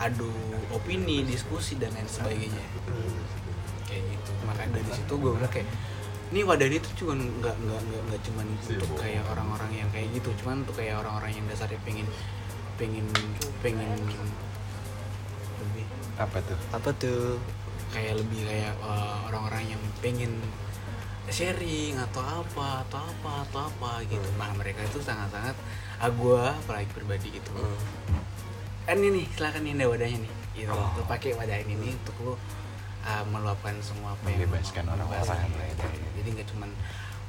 S1: adu opini diskusi dan lain sebagainya
S3: Hmm,
S1: kayak gitu makanya dari situ gue bilang kayak ini wadah ini tuh cuman nggak nggak nggak nggak cuman untuk kayak orang-orang yang kayak gitu cuman untuk kayak orang-orang yang dasarnya pengen pengen pengen lebih
S2: Apa tuh?
S3: apa tuh
S1: kayak lebih kayak uh, orang-orang yang pengen sharing atau apa atau apa atau apa gitu
S2: Hmm.
S1: nah mereka itu sangat-sangat ah gua apalagi pribadi gitu
S2: Hmm.
S1: kan ini nih silakan ini ada wadahnya nih gitu
S2: Oh.
S1: Lu pakai wadah ini nih untuk lu uh, meluapkan semua apa yang
S2: Membebaskan
S1: mau-
S2: orang-orang
S1: membebaskan
S2: lah ya.
S1: gitu. jadi nggak cuman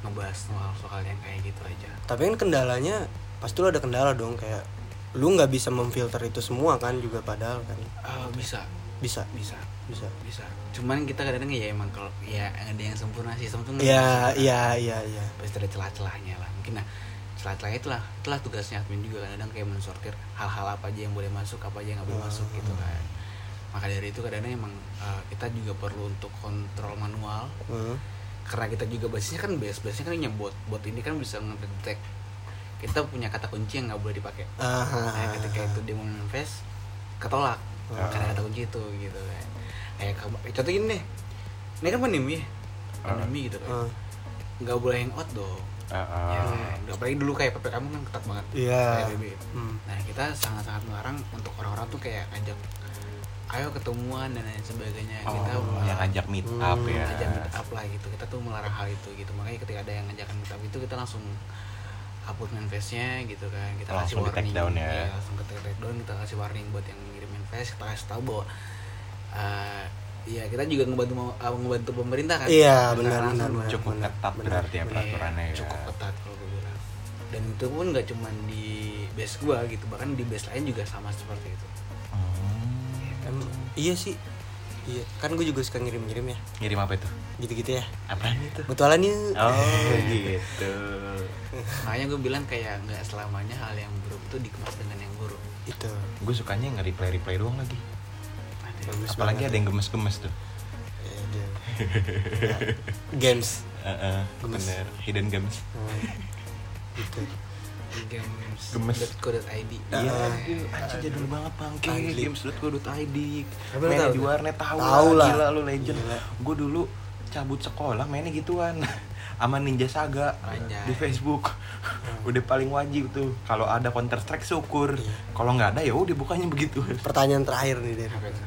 S1: ngebahas soal soal yang kayak gitu aja
S3: tapi kan kendalanya pasti lo ada kendala dong kayak lu nggak bisa memfilter itu semua kan juga padahal kan
S1: Uh, bisa
S3: bisa
S1: bisa
S3: bisa
S1: bisa cuman kita kadang-kadang ya emang kalau ya ada yang sempurna sih sempurna
S3: ya
S1: Sempurna.
S3: ya ya ya
S1: pasti ada celah-celahnya lah mungkin nah celah-celahnya itulah itulah tugasnya admin juga kadang-kadang kayak mensortir hal-hal apa aja yang boleh masuk apa aja yang nggak
S3: Hmm,
S1: boleh masuk gitu kan maka dari itu kadang-kadang emang uh, kita juga perlu untuk kontrol manual
S3: Hmm.
S1: karena kita juga basisnya kan base basisnya kan yang bot bot ini kan bisa ngedetect kita punya kata kunci yang nggak boleh dipakai
S3: Ah, ah,
S1: nah,
S3: ah,
S1: ketika
S3: ah.
S1: itu dia mau invest ketolak
S3: Ah.
S1: karena kata kunci itu gitu kan kayak kamu- eh, contoh gini deh ini kan pandemi ya pandemi gitu kan
S3: Ah,
S1: nggak boleh yang out dong
S2: Ah, ah.
S1: ya kan? apalagi dulu kayak PPKM kan ketat banget
S3: Iya.
S1: PSBB.
S3: Hmm.
S1: nah kita sangat-sangat melarang untuk orang-orang tuh kayak ngajak ayo ketemuan dan lain sebagainya
S2: Oh,
S1: kita uh,
S2: yang ajak meet up ya.
S1: ngajak meet up lah gitu kita tuh melarang hal itu gitu makanya ketika ada yang ngajakan meet up itu kita langsung hapus manifestnya gitu kan kita
S2: Langsung
S1: kasih
S2: di take
S1: warning
S2: down ya.
S1: Iya, langsung ke take down kita kasih warning buat yang ngirim manifest kita kasih tahu bahwa eh, Iya, kita juga ngebantu mau- eh, ngebantu pemerintah kan. Kita
S3: Iya, benar,
S1: langsung
S3: benar, benar.
S2: Cukup
S3: Benar,
S2: ketat
S3: benar.
S2: berarti ya
S1: Iya,
S2: peraturannya ya.
S1: cukup ketat kalau gue bilang dan itu pun nggak cuman di base gua gitu bahkan di base lain juga sama seperti <laughs> itu
S2: Hmm.
S1: kan?
S3: Em, iya sih iya kan gue juga suka ngirim ngirim ya
S2: Ngirim apa itu?
S3: gitu gitu ya
S2: Apaan itu?
S3: mutualan yuk
S2: Oh gitu.
S1: makanya gue bilang kayak nggak selamanya hal yang buruk tuh dikemas dengan yang buruk
S3: itu
S2: Gue sukanya nggak replay replay doang lagi.
S1: Ada.
S3: bagus
S2: Apalagi ada
S3: banget. ya.
S2: yang gemes-gemes tuh.
S3: Iya, dia. Ya, games
S2: Heeh,
S3: Gemes.
S2: bener. Hidden gemes.
S3: Hmm. gitu
S2: Gemes.
S1: games.co.id
S2: Iya,
S3: Ah.
S2: aduh, anjir jadul banget bangke
S3: Asli.
S2: games.co.id
S3: Tapi
S2: Mainnya
S3: lu tahu
S2: di
S3: nggak?
S2: warnet tahu
S3: Tahu
S2: lah,
S3: lah. Iya.
S2: gila lu legend
S3: Gila.
S2: Gue dulu cabut sekolah mainnya gituan <laughs> sama Ninja Saga
S1: Anjay.
S2: di Facebook udah paling wajib tuh kalau ada Counter Strike syukur
S3: Hmm. Iya.
S2: kalau nggak ada ya udah bukannya
S3: <laughs>
S2: begitu
S3: pertanyaan terakhir nih Den
S1: Apa itu?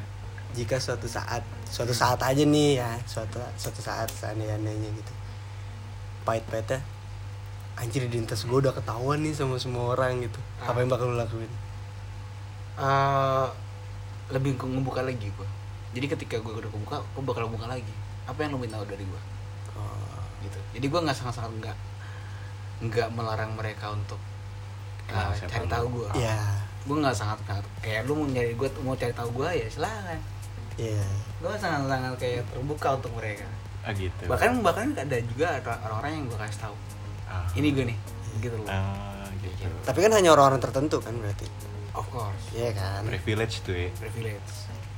S3: jika suatu saat suatu saat aja nih ya suatu suatu saat seandainya gitu pahit-pahitnya anjir dintas gue udah ketahuan nih sama semua orang gitu
S2: Ah.
S3: apa yang bakal lo lakuin
S1: Eh, lebih ke ngebuka lagi gua jadi ketika gue udah kebuka gue bakal buka lagi apa yang lo minta dari gue
S2: Oh.
S1: gitu jadi gue nggak sangat-sangat nggak nggak melarang mereka untuk
S2: Kenal
S1: uh,
S2: siapa
S1: cari
S2: lu?
S1: tahu gue
S3: Iya.
S1: gue nggak sangat sangat kayak lu mau nyari gue mau cari tahu gue ya silakan
S3: Iya.
S1: gue sangat sangat kayak terbuka untuk mereka
S2: Ah, gitu.
S1: bahkan bahkan ada juga orang-orang yang gue kasih tahu
S2: Ah.
S1: ini gue nih gitu loh
S2: Ah, gitu.
S3: Tapi kan hanya orang-orang tertentu kan berarti.
S1: of course ya,
S3: Iya kan.
S2: privilege tuh ya.
S1: privilege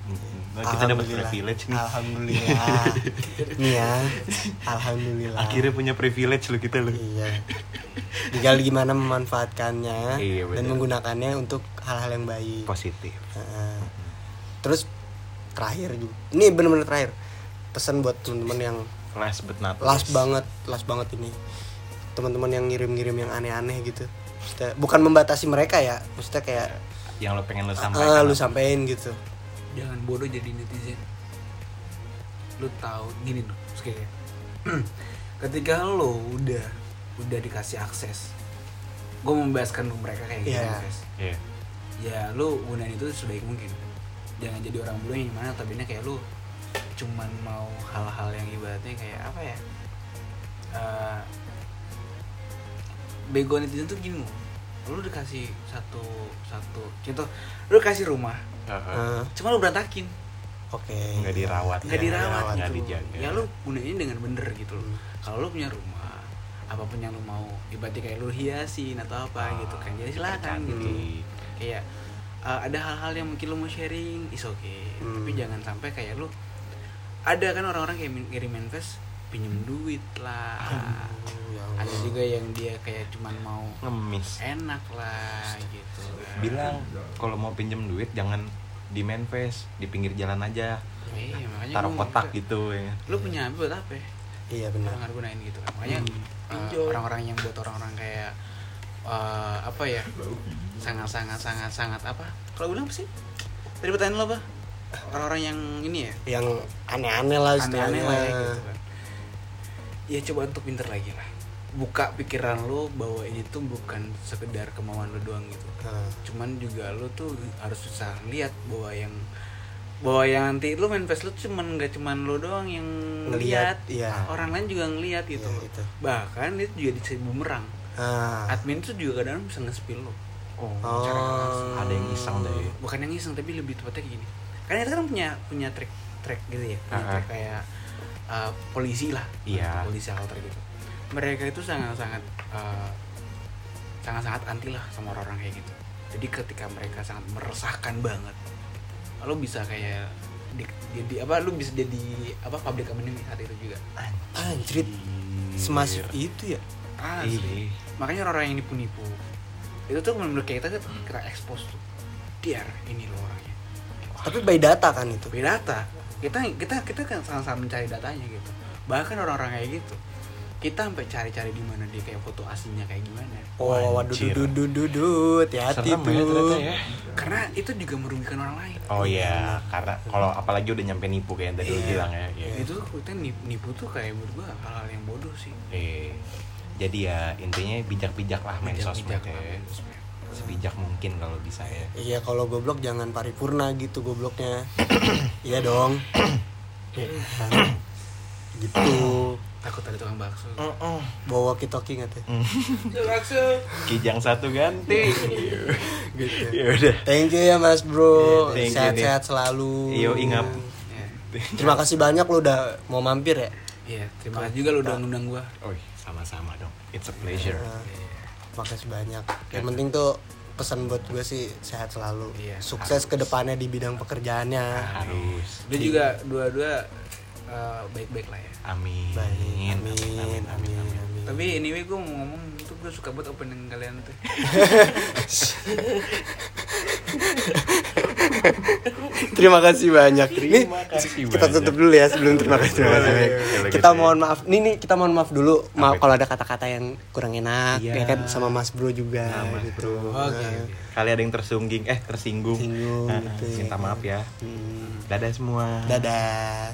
S2: Mm-mm. Nah, kita dapat
S3: Alhamdulillah.
S2: privilege nih.
S3: Alhamdulillah. Nih ya. Alhamdulillah.
S2: <laughs> Akhirnya punya privilege lu kita lu.
S3: Iya. Tinggal gimana memanfaatkannya
S2: Iya,
S3: dan
S2: bener.
S3: menggunakannya untuk hal-hal yang baik.
S2: Positif.
S3: Heeh. Terus terakhir juga. Ini bener-bener terakhir. Pesan buat temen-temen yang
S2: Last but not
S3: last banget, last banget ini. Teman-teman yang ngirim-ngirim yang aneh-aneh gitu. Maksudnya, bukan membatasi mereka ya. Maksudnya kayak
S2: Yang lo pengen lo
S3: ah,
S2: sampaikan.
S3: lu sampein gitu.
S1: jangan bodoh jadi netizen lu tahu gini loh terus kayak <clears throat> ketika lo udah udah dikasih akses gue membebaskan mereka kayak gitu
S3: Iya.
S1: guys
S2: Iya.
S1: ya lu gunain itu sebaik mungkin jangan jadi orang bodoh yang mana tapi kayak lu cuman mau hal-hal yang ibaratnya kayak apa ya Eh bego netizen tuh gini loh lu dikasih satu satu contoh lu kasih rumah
S2: Heeh.
S3: Ah,
S1: cuma lu berantakin
S3: Oke.
S2: Nggak dirawat.
S1: nggak
S2: ya.
S1: dirawat
S2: Nggak
S1: gitu.
S2: dijaga.
S1: ya lu gunain dengan bener gitu loh kalau lu punya rumah apapun yang lu mau ibaratnya kayak lu hiasin atau apa gitu kan jadi silakan gitu
S2: Ah, Cantik.
S1: kayak uh, ada hal-hal yang mungkin lo mau sharing is okay
S3: Hmm.
S1: tapi jangan sampai kayak lo ada kan orang-orang kayak min- ngirim invest pinjem duit
S2: <laughs>
S1: lah
S3: ya
S1: ada
S3: Allah.
S1: juga yang dia kayak cuman mau
S2: Ngemis.
S1: enak lah gitu
S2: Bilang kalau mau pinjem duit jangan di main face, di pinggir jalan aja.
S1: iya makanya
S2: Taruh
S1: gua
S2: kotak
S1: ngomong,
S2: gitu ya.
S1: lo punya HP buat apa
S3: Iya benar.
S1: orang gunain gitu kan
S3: Hmm.
S1: makanya uh,
S3: Pinjol.
S1: orang-orang yang buat orang-orang kayak uh, apa ya sangat sangat sangat sangat apa kalau bilang apa sih tadi pertanyaan lo apa orang-orang yang ini ya
S3: Yang aneh-aneh lah
S1: aneh-aneh
S3: istilahnya.
S1: lah ya gitu kan. Ya coba untuk pinter lagi lah. Buka pikiran lo bahwa ini tuh bukan sekedar kemauan lo doang gitu.
S3: Ah,
S1: Cuman juga lo tuh harus susah lihat bahwa yang bahwa yang nanti lo main face lo tuh cuman nggak cuman lo doang yang ngelihat,
S3: Ngeliat, iya.
S1: orang lain juga ngelihat gitu.
S3: Iya,
S1: loh.
S3: gitu.
S1: Bahkan itu juga bisa bumerang.
S3: ah.
S1: Admin tuh juga kadang bisa nge-spill lo.
S2: Oh,
S3: Oh.
S2: cara ngelas. ada yang iseng deh.
S1: bukan yang iseng tapi lebih tepatnya gini karena itu kan punya punya track track gitu ya punya
S2: Aha.
S1: track kayak uh, polisi lah
S2: Iya.
S1: polisi alter gitu mereka itu sangat sangat sangat sangat anti lah sama orang-orang kayak gitu jadi ketika mereka sangat meresahkan banget lo bisa kayak di- jadi apa lu bisa jadi apa public enemy saat itu juga
S3: Anjrit. Semasif itu ya.
S1: Asli.
S2: Iya.
S1: makanya orang-orang yang nipu-nipu itu tuh menurut kita tuh kita expose tuh diar ini lo orangnya
S3: Tapi by data kan itu.
S1: Tapi data kita kita kita kan sama-sama mencari datanya gitu bahkan orang-orang kayak gitu kita sampai cari-cari di mana dia kayak foto aslinya kayak gimana
S3: Oh, waduh
S2: Anjir.
S3: dudut dudut, hati
S2: Serem ya ternyata
S3: tuh.
S2: ya.
S1: karena itu juga merugikan orang lain
S2: Oh iya, karena kalau apalagi udah nyampe nipu kayak yang tadi lu
S1: Iya.
S2: bilang ya. Iya.
S1: itu tuh kita nipu, nipu tuh kayak menurut gua hal-hal yang bodoh sih
S2: Eh, jadi ya intinya bijak-bijak lah main sosmed
S1: Bijak-bijak
S2: ya.
S1: lah main sosmed.
S2: Sebijak mungkin kalau bisa ya.
S3: Iya kalau goblok jangan paripurna gitu gobloknya. iya dong. Iya kan? gitu.
S1: takut ada tukang bakso
S2: Oh.
S3: Bawa kitoki nggak tuh?
S1: bakso
S2: Kijang satu ganti.
S1: Iya.
S3: <laughs> Gitu.
S2: ya udah.
S3: Thank you ya Mas Bro.
S2: Thank you,
S3: Sehat-sehat selalu.
S2: Yo ingap.
S1: ya
S3: Terima kasih banyak lo udah mau mampir ya.
S1: Iya, terima kasih juga lu udah ngundang gua
S2: Oi, sama-sama dong. It's a pleasure.
S3: Nah, makasih banyak. Yang
S2: Iya.
S3: penting tuh pesan buat gue sih sehat selalu.
S1: Iya,
S3: Sukses ke depannya di bidang pekerjaannya.
S2: Harus.
S1: dia juga dua-dua eh, baik-baik lah ya
S2: Amin.
S3: Baik. Amin. Amin. Amin. amin.
S1: tapi anyway gua mau ngomong itu gua suka buat opening kalian tuh
S3: <laughs> Terima kasih banyak.
S2: Terima kasih
S3: Nih, kita
S2: banyak.
S3: tutup dulu ya sebelum terima kasih. Terima kasih.
S2: Boleh,
S3: banyak.
S2: boleh
S3: Kita
S2: gitu
S3: mohon
S2: ya.
S3: maaf. Nih nih kita mohon maaf dulu. Maaf
S2: Apa itu?
S3: kalau ada kata-kata yang kurang enak
S2: Iya.
S3: ya kan sama Mas Bro juga
S2: Sama Mas
S3: gitu.
S2: Bro.
S1: Oh, oke oke.
S2: Kali ada yang tersungging, eh tersinggung.
S3: Singgung
S2: Ah,
S3: gitu ya
S2: Minta
S3: kan.
S2: maaf ya.
S3: Hmm.
S2: Dadah semua.
S3: Dadah.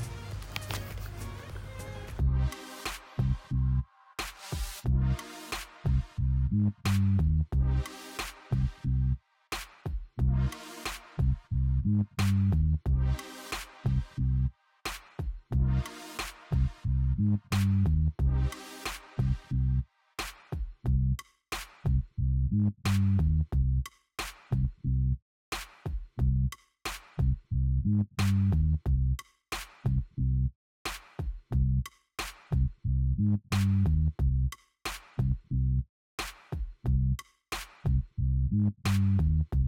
S5: Thank you.